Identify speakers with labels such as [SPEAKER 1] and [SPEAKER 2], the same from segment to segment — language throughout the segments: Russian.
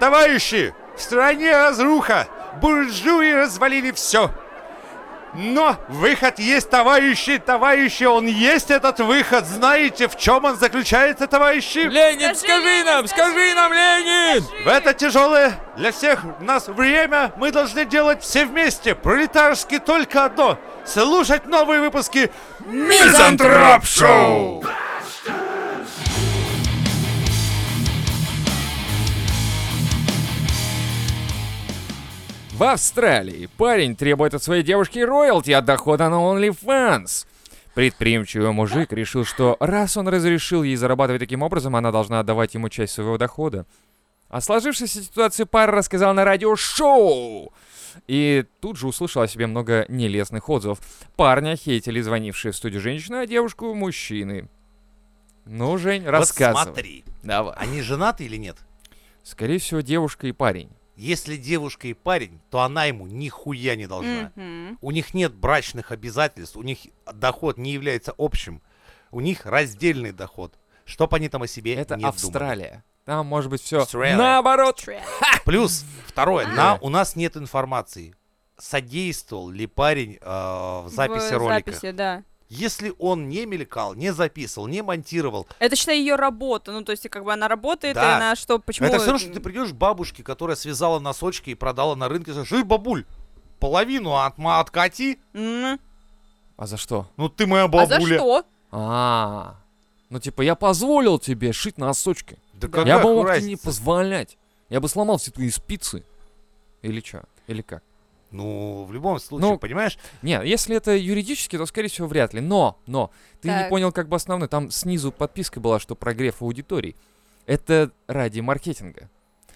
[SPEAKER 1] Товарищи, в стране разруха. Буржуи развалили все. Но выход есть, товарищи, товарищи, он есть этот выход. Знаете, в чем он заключается, товарищи?
[SPEAKER 2] Ленин,
[SPEAKER 3] Скажи,
[SPEAKER 2] скажи
[SPEAKER 3] Ленин,
[SPEAKER 2] нам,
[SPEAKER 3] скажи.
[SPEAKER 2] скажи нам, Ленин!
[SPEAKER 1] В это тяжелое для всех нас время мы должны делать все вместе. Пролетарски только одно. Слушать новые выпуски
[SPEAKER 4] Мизантроп Шоу!
[SPEAKER 2] В Австралии парень требует от своей девушки роялти от дохода на OnlyFans. Предприимчивый мужик решил, что раз он разрешил ей зарабатывать таким образом, она должна отдавать ему часть своего дохода. О сложившейся ситуации А пара рассказал на радиошоу. И тут же услышал о себе много нелестных отзывов. Парня хейтили звонившие в студию женщины, а девушку — мужчины. Ну, Жень, рассказывай.
[SPEAKER 5] Вот смотри,
[SPEAKER 2] Давай.
[SPEAKER 5] они женаты или нет?
[SPEAKER 2] Скорее всего, девушка и парень.
[SPEAKER 5] Если девушка и парень, то она ему нихуя не должна.
[SPEAKER 3] Мгм.
[SPEAKER 5] У них нет брачных обязательств, у них доход не является общим, у них раздельный доход. Чтоб они там о себе
[SPEAKER 2] Это
[SPEAKER 5] не думали.
[SPEAKER 2] Австралия. Там может быть все
[SPEAKER 5] Австралия.
[SPEAKER 2] наоборот.
[SPEAKER 3] Трэ.
[SPEAKER 5] Плюс, второе,
[SPEAKER 2] Да.
[SPEAKER 5] на, у нас нет информации, содействовал ли парень э, в записи
[SPEAKER 3] В
[SPEAKER 5] ролика.
[SPEAKER 3] записи, да.
[SPEAKER 5] Если он не мелькал, не записывал, не монтировал,
[SPEAKER 3] Это, считай, ее работа. Ну, то есть, как бы она работает, и
[SPEAKER 5] Да.
[SPEAKER 3] она что, почему...
[SPEAKER 5] это все равно, что ты придешь к бабушке, которая связала носочки и продала на рынке, и скажешь, «Эй, бабуль, половину от, откати,
[SPEAKER 3] М.
[SPEAKER 2] А за что?
[SPEAKER 5] ну ты моя
[SPEAKER 3] А за
[SPEAKER 5] бабуля.
[SPEAKER 3] что?
[SPEAKER 2] А, ну типа я позволил тебе шить носочки.
[SPEAKER 5] Да
[SPEAKER 2] я
[SPEAKER 5] какая
[SPEAKER 2] бы мог тебе
[SPEAKER 5] разница?
[SPEAKER 2] не позволять. Я бы сломал все твои спицы. Или что? Или как?
[SPEAKER 5] Ну, в любом случае,
[SPEAKER 2] Ну,
[SPEAKER 5] понимаешь?
[SPEAKER 2] Не, если это юридически, то, скорее всего, вряд ли. Но, но, ты не
[SPEAKER 3] Так.
[SPEAKER 2] понял как бы основной. Там снизу подписка была, что прогрев аудиторий. Это ради маркетинга.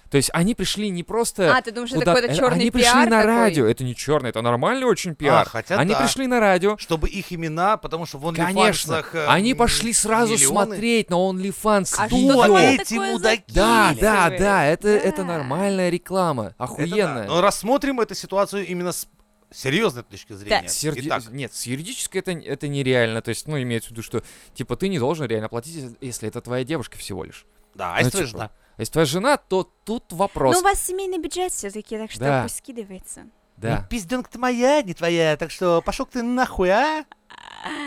[SPEAKER 2] То есть они пришли не
[SPEAKER 5] Э,
[SPEAKER 2] просто...
[SPEAKER 3] А, ты думаешь, это
[SPEAKER 2] куда-то- э,
[SPEAKER 3] какой-то черный
[SPEAKER 2] Они пришли
[SPEAKER 3] пиар
[SPEAKER 2] на
[SPEAKER 3] такой?
[SPEAKER 2] радио. Это не черный, это нормальный очень пиар.
[SPEAKER 5] А, хотя
[SPEAKER 2] они
[SPEAKER 5] да.
[SPEAKER 2] пришли на радио,
[SPEAKER 5] Чтобы их имена, потому что в э, OnlyFans
[SPEAKER 2] Конечно. Они пошли сразу смотреть на OnlyFans.
[SPEAKER 3] А
[SPEAKER 2] думать.
[SPEAKER 3] что
[SPEAKER 5] Вот
[SPEAKER 3] такое
[SPEAKER 5] эти
[SPEAKER 3] за-
[SPEAKER 5] мудаки.
[SPEAKER 2] Да, да,
[SPEAKER 3] Или-
[SPEAKER 2] да, это, это
[SPEAKER 3] Да.
[SPEAKER 2] нормальная реклама. Охуенная.
[SPEAKER 5] Но рассмотрим эту ситуацию именно с серьезной точки зрения.
[SPEAKER 3] Да.
[SPEAKER 2] Серди-
[SPEAKER 5] Итак,
[SPEAKER 2] Нет, с юридической это, это нереально. То есть, ну, имеется в виду, что типа ты не должен реально платить, если это твоя девушка всего лишь.
[SPEAKER 5] да, а если
[SPEAKER 2] Ну,
[SPEAKER 5] твоя
[SPEAKER 2] типа,
[SPEAKER 5] жена?
[SPEAKER 2] Если твоя жена, то тут вопрос.
[SPEAKER 3] Ну, у вас семейный бюджет все-таки, так что
[SPEAKER 2] Да.
[SPEAKER 3] пусть скидывается.
[SPEAKER 2] Да.
[SPEAKER 5] Ну, Пизденка ты моя, не твоя, так что пошел ты нахуй, а?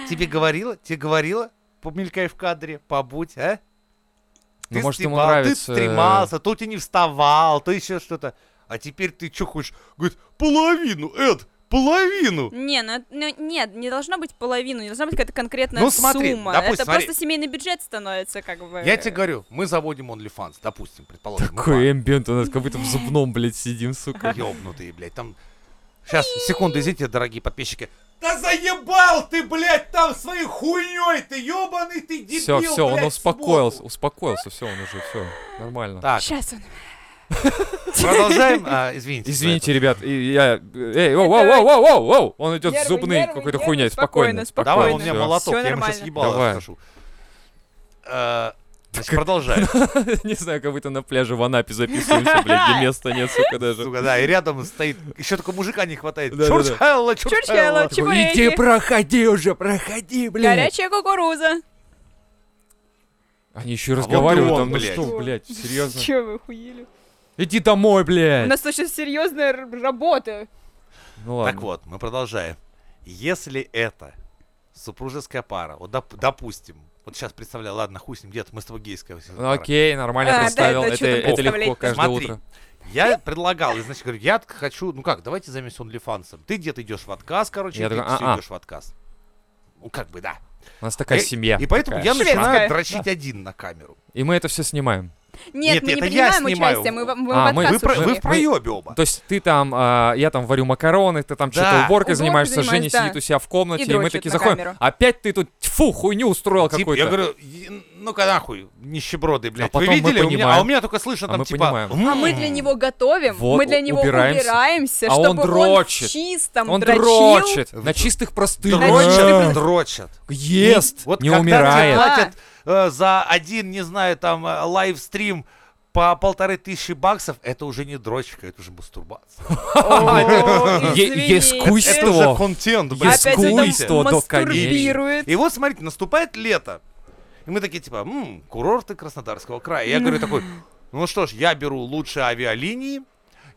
[SPEAKER 5] Тебе говорила, тебе говорила, помелькай в кадре, побудь, а?
[SPEAKER 2] Ну,
[SPEAKER 5] Ты
[SPEAKER 2] может, ему
[SPEAKER 5] стремал-
[SPEAKER 2] нравится,
[SPEAKER 5] Ты стремался, то ты не вставал, то еще что-то. А теперь ты что хочешь? Говорит, половину, Эд, половину.
[SPEAKER 3] Не, ну, это- ну, нет, не должно быть половину, не должна быть какая-то конкретная
[SPEAKER 5] Ну, смотри,
[SPEAKER 3] сумма.
[SPEAKER 5] допустим,
[SPEAKER 3] это
[SPEAKER 5] смотри.
[SPEAKER 3] просто семейный бюджет становится, как бы.
[SPEAKER 2] э.
[SPEAKER 5] Я тебе говорю, мы заводим OnlyFans, допустим, предположим. Ну, мы
[SPEAKER 2] Какой эмбиент у нас, как будто в зубном, блядь, сидим, сука.
[SPEAKER 5] пар- ёбнутые, блядь, там... Сейчас, секунду, извините, дорогие подписчики. Да заебал ты, блядь, там своей хуйней, ты ёбаный ты дебил,
[SPEAKER 2] Все, все, он
[SPEAKER 5] блядь,
[SPEAKER 2] успокоился,
[SPEAKER 5] сбоку.
[SPEAKER 2] успокоился, все, он уже, все, нормально.
[SPEAKER 5] Так,
[SPEAKER 3] Сейчас он.
[SPEAKER 5] продолжаем, А, извините. за
[SPEAKER 2] Извините, ребят, и я... Эй, воу, воу, воу, воу, воу, воу! Он идет
[SPEAKER 3] Нервы,
[SPEAKER 2] зубный
[SPEAKER 3] нервы,
[SPEAKER 2] какой-то
[SPEAKER 3] нервы,
[SPEAKER 2] хуйня, спокойно,
[SPEAKER 3] спокойно,
[SPEAKER 5] это.
[SPEAKER 2] спокойно.
[SPEAKER 5] Давай, у меня
[SPEAKER 2] всё.
[SPEAKER 5] молоток,
[SPEAKER 3] Всё
[SPEAKER 5] я ему сейчас
[SPEAKER 3] нормально.
[SPEAKER 5] ебало
[SPEAKER 2] Давай.
[SPEAKER 5] расскажу. Э, Значит, продолжаем.
[SPEAKER 2] Не знаю, как будто на пляже в Анапе записываемся, блядь, где места нет, сука, даже.
[SPEAKER 5] Сука, да, и рядом стоит, еще только мужика не хватает.
[SPEAKER 2] Да-да-да.
[SPEAKER 5] Чурч Хэлла,
[SPEAKER 3] Чурч Хэлла, чу- Чебуреки.
[SPEAKER 2] Иди, проходи уже, проходи, блядь.
[SPEAKER 3] Горячая кукуруза.
[SPEAKER 2] Они еще и
[SPEAKER 5] А вот
[SPEAKER 2] разговаривают
[SPEAKER 5] и он,
[SPEAKER 2] там, ну
[SPEAKER 5] блядь.
[SPEAKER 2] что, блядь, серьезно.
[SPEAKER 3] Че вы хуели?
[SPEAKER 2] Иди домой,
[SPEAKER 3] У
[SPEAKER 2] блядь.
[SPEAKER 3] нас очень серьезная р- работа.
[SPEAKER 2] Ну
[SPEAKER 5] Так
[SPEAKER 2] ладно.
[SPEAKER 5] вот, мы продолжаем. Если это супружеская пара, вот доп- допустим, вот сейчас представляю, ладно, хуй с ним, дед, мы с тобой гейская
[SPEAKER 2] Ну
[SPEAKER 5] пара.
[SPEAKER 2] Окей, нормально
[SPEAKER 3] А, да,
[SPEAKER 2] представил.
[SPEAKER 3] это
[SPEAKER 2] Это
[SPEAKER 3] чё там
[SPEAKER 2] это легко
[SPEAKER 3] представлять?
[SPEAKER 2] каждое
[SPEAKER 5] Смотри.
[SPEAKER 2] утро.
[SPEAKER 5] Я предлагал, и, значит, говорю, я т- хочу, ну как, давайте займемся онлифансом. Ты, дед, идешь в отказ, короче,
[SPEAKER 2] Я
[SPEAKER 5] ты
[SPEAKER 2] такой,
[SPEAKER 5] всё
[SPEAKER 2] а-а.
[SPEAKER 5] идешь в отказ. Ну как бы, да.
[SPEAKER 2] У нас такая
[SPEAKER 5] И-
[SPEAKER 2] семья.
[SPEAKER 5] И поэтому я
[SPEAKER 2] такая.
[SPEAKER 5] начинаю
[SPEAKER 3] Шведская.
[SPEAKER 5] дрочить один на камеру.
[SPEAKER 2] И мы это все снимаем.
[SPEAKER 3] Нет,
[SPEAKER 5] Нет,
[SPEAKER 3] мы не
[SPEAKER 5] это я
[SPEAKER 3] принимаем
[SPEAKER 5] снимаю.
[SPEAKER 3] участие, мы, в- мы
[SPEAKER 2] А,
[SPEAKER 3] в
[SPEAKER 2] мы-
[SPEAKER 3] отказ
[SPEAKER 5] Вы, про-
[SPEAKER 3] ушли.
[SPEAKER 5] вы в проебе оба.
[SPEAKER 2] То есть ты там, а, я там варю макароны, ты там
[SPEAKER 5] Да.
[SPEAKER 2] что-то уборкой
[SPEAKER 3] Уборкой
[SPEAKER 2] занимаешься,
[SPEAKER 3] занимаюсь,
[SPEAKER 2] Женя
[SPEAKER 3] да.
[SPEAKER 2] сидит у себя в комнате,
[SPEAKER 3] И
[SPEAKER 2] и мы
[SPEAKER 3] дрочит
[SPEAKER 2] такие
[SPEAKER 3] на
[SPEAKER 2] заходим.
[SPEAKER 3] камеру.
[SPEAKER 2] Опять ты тут, тьфу, хуйню устроил
[SPEAKER 5] Типа, я
[SPEAKER 2] какую-то.
[SPEAKER 5] говорю, «И- ну-ка нахуй, нищеброды, блядь. Вы
[SPEAKER 2] потом мы
[SPEAKER 5] видели? У меня-
[SPEAKER 2] понимаем.
[SPEAKER 5] а у меня только слышно
[SPEAKER 2] А
[SPEAKER 5] там,
[SPEAKER 2] мы
[SPEAKER 5] типа...
[SPEAKER 2] понимаем.
[SPEAKER 3] А
[SPEAKER 5] «М,
[SPEAKER 3] мы для него готовим,
[SPEAKER 2] Вот,
[SPEAKER 3] мы для него
[SPEAKER 2] убираемся.
[SPEAKER 3] убираемся,
[SPEAKER 2] А он
[SPEAKER 3] чтобы
[SPEAKER 2] дрочит.
[SPEAKER 3] он в чистом
[SPEAKER 2] Он
[SPEAKER 3] дрочил.
[SPEAKER 2] дрочит на чистых простынях.
[SPEAKER 5] Дрочат,
[SPEAKER 2] Э,
[SPEAKER 5] дрочат.
[SPEAKER 2] Ест,
[SPEAKER 5] Вот
[SPEAKER 2] не
[SPEAKER 5] когда тебе
[SPEAKER 2] умирает.
[SPEAKER 3] дела-
[SPEAKER 5] платят э, за один, не знаю, там, э, лайвстрим по полторы тысячи баксов, это уже не дрочка, это уже мастурбация.
[SPEAKER 3] О,
[SPEAKER 2] Е-
[SPEAKER 3] А, извините.
[SPEAKER 2] ескуйство.
[SPEAKER 5] Это уже контент, блядь.
[SPEAKER 3] Опять он
[SPEAKER 2] Ескуйство до
[SPEAKER 3] там
[SPEAKER 2] конечности.
[SPEAKER 3] мастурбирует.
[SPEAKER 5] И вот, смотрите, наступает лето. И мы такие, типа, «М, курорты Краснодарского края. Я говорю такой, Ну что ж, я беру лучшие авиалинии.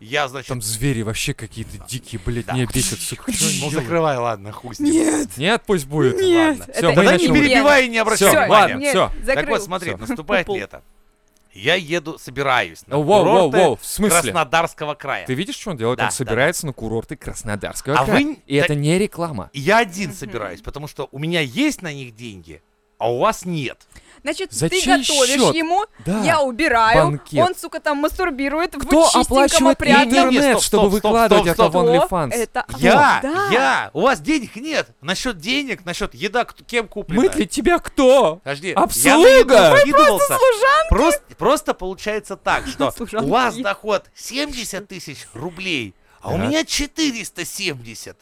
[SPEAKER 5] Я, значит...
[SPEAKER 2] Там звери вообще какие-то дикие, блядь,
[SPEAKER 5] Да.
[SPEAKER 2] меня бесят, сука. чё они
[SPEAKER 5] Ну,
[SPEAKER 2] делают?
[SPEAKER 5] закрывай, ладно, хуй с ним.
[SPEAKER 3] Нет,
[SPEAKER 2] Нет, пусть будет.
[SPEAKER 3] нет.
[SPEAKER 5] ладно.
[SPEAKER 2] Всё, мы
[SPEAKER 3] это- это
[SPEAKER 5] Не
[SPEAKER 2] начнем.
[SPEAKER 3] неверно.
[SPEAKER 5] перебивай и не обращай
[SPEAKER 2] Всё,
[SPEAKER 5] внимания.
[SPEAKER 2] ладно.
[SPEAKER 3] Нет,
[SPEAKER 2] всё.
[SPEAKER 5] Так
[SPEAKER 3] закрыл.
[SPEAKER 5] вот, смотри,
[SPEAKER 2] Всё.
[SPEAKER 5] наступает
[SPEAKER 3] Пупу.
[SPEAKER 5] лето. Я еду, собираюсь на
[SPEAKER 2] Воу, воу,
[SPEAKER 5] курорты
[SPEAKER 2] воу, в смысле?
[SPEAKER 5] Краснодарского края.
[SPEAKER 2] Ты видишь, что он делает?
[SPEAKER 5] Да,
[SPEAKER 2] он
[SPEAKER 5] да,
[SPEAKER 2] собирается на курорты Краснодарского
[SPEAKER 5] А
[SPEAKER 2] края.
[SPEAKER 5] вы-
[SPEAKER 2] И
[SPEAKER 5] да-
[SPEAKER 2] это не реклама.
[SPEAKER 5] И Я один собираюсь, потому что у меня есть на них деньги, а у вас нет.
[SPEAKER 3] Значит,
[SPEAKER 2] За
[SPEAKER 3] ты
[SPEAKER 2] чей
[SPEAKER 3] готовишь
[SPEAKER 2] счёт?
[SPEAKER 3] ему,
[SPEAKER 2] Да.
[SPEAKER 3] я убираю,
[SPEAKER 2] банкет.
[SPEAKER 3] он, сука, там мастурбирует,
[SPEAKER 2] Кто
[SPEAKER 3] в чистеньком
[SPEAKER 2] оплачивает
[SPEAKER 3] опрятном.
[SPEAKER 5] Не-не-не,
[SPEAKER 2] интернет,
[SPEAKER 5] стоп, стоп,
[SPEAKER 2] чтобы
[SPEAKER 5] стоп,
[SPEAKER 2] выкладывать
[SPEAKER 5] стоп,
[SPEAKER 2] это в
[SPEAKER 5] стоп.
[SPEAKER 2] OnlyFans?
[SPEAKER 3] Это
[SPEAKER 5] Я,
[SPEAKER 3] да.
[SPEAKER 5] я, у вас денег нет. Насчет денег, насчет еда, кто- кем куплена.
[SPEAKER 2] Мы для тебя кто?
[SPEAKER 5] Подожди,
[SPEAKER 2] Обслуга!
[SPEAKER 5] я на еду
[SPEAKER 2] Вы
[SPEAKER 5] скидывался. Просто, просто получается так, что у
[SPEAKER 3] Служанки.
[SPEAKER 5] вас доход 70 тысяч рублей, а у
[SPEAKER 2] Так.
[SPEAKER 5] меня 470.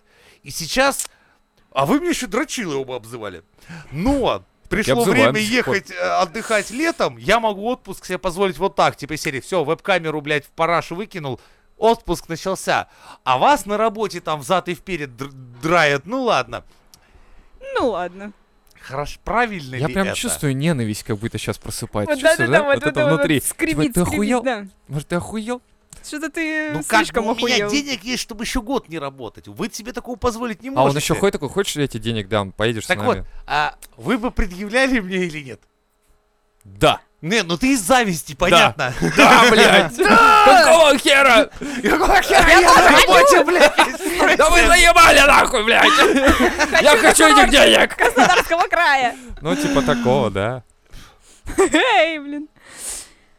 [SPEAKER 5] И сейчас... А вы меня еще дрочилы оба обзывали. Но пришло время
[SPEAKER 2] обзываем до сих пор.
[SPEAKER 5] ехать э, отдыхать летом, я могу отпуск себе позволить вот так, типа из серии, все, веб-камеру, блядь, в параш выкинул, отпуск начался. А вас на работе там взад и вперед др- драет, ну ладно.
[SPEAKER 3] Ну ладно.
[SPEAKER 5] Хорошо, правильно
[SPEAKER 2] Я
[SPEAKER 5] ли
[SPEAKER 2] прям
[SPEAKER 5] это?
[SPEAKER 2] чувствую ненависть, как будто сейчас просыпается.
[SPEAKER 3] Вот да, да,
[SPEAKER 2] Чувствуешь,
[SPEAKER 3] да, вот
[SPEAKER 2] Вот это
[SPEAKER 3] это вот
[SPEAKER 2] внутри.
[SPEAKER 3] скрипит,
[SPEAKER 2] Типа, ты охуел?
[SPEAKER 3] скрипит, да.
[SPEAKER 2] Может, ты охуел?
[SPEAKER 3] Что-то ты э,
[SPEAKER 5] Ну как бы
[SPEAKER 3] слишком
[SPEAKER 5] у меня
[SPEAKER 3] охуел.
[SPEAKER 5] денег есть, чтобы еще год не работать. Вы себе такого позволить не
[SPEAKER 2] А
[SPEAKER 5] можете.
[SPEAKER 2] он еще ходит такой, хочешь, я тебе денег дам, поедешь
[SPEAKER 5] Ну, Так
[SPEAKER 2] с
[SPEAKER 5] вот,
[SPEAKER 2] нами?
[SPEAKER 5] а вы бы предъявляли мне или нет?
[SPEAKER 2] Да.
[SPEAKER 5] Не, ну ты из зависти, понятно.
[SPEAKER 2] Да, блядь. Какого хера?
[SPEAKER 5] Какого хера я на работе, блядь?
[SPEAKER 2] Да вы заебали нахуй, блядь. Я хочу этих денег.
[SPEAKER 3] Краснодарского края.
[SPEAKER 2] Ну, типа такого, да.
[SPEAKER 3] Эй, блин.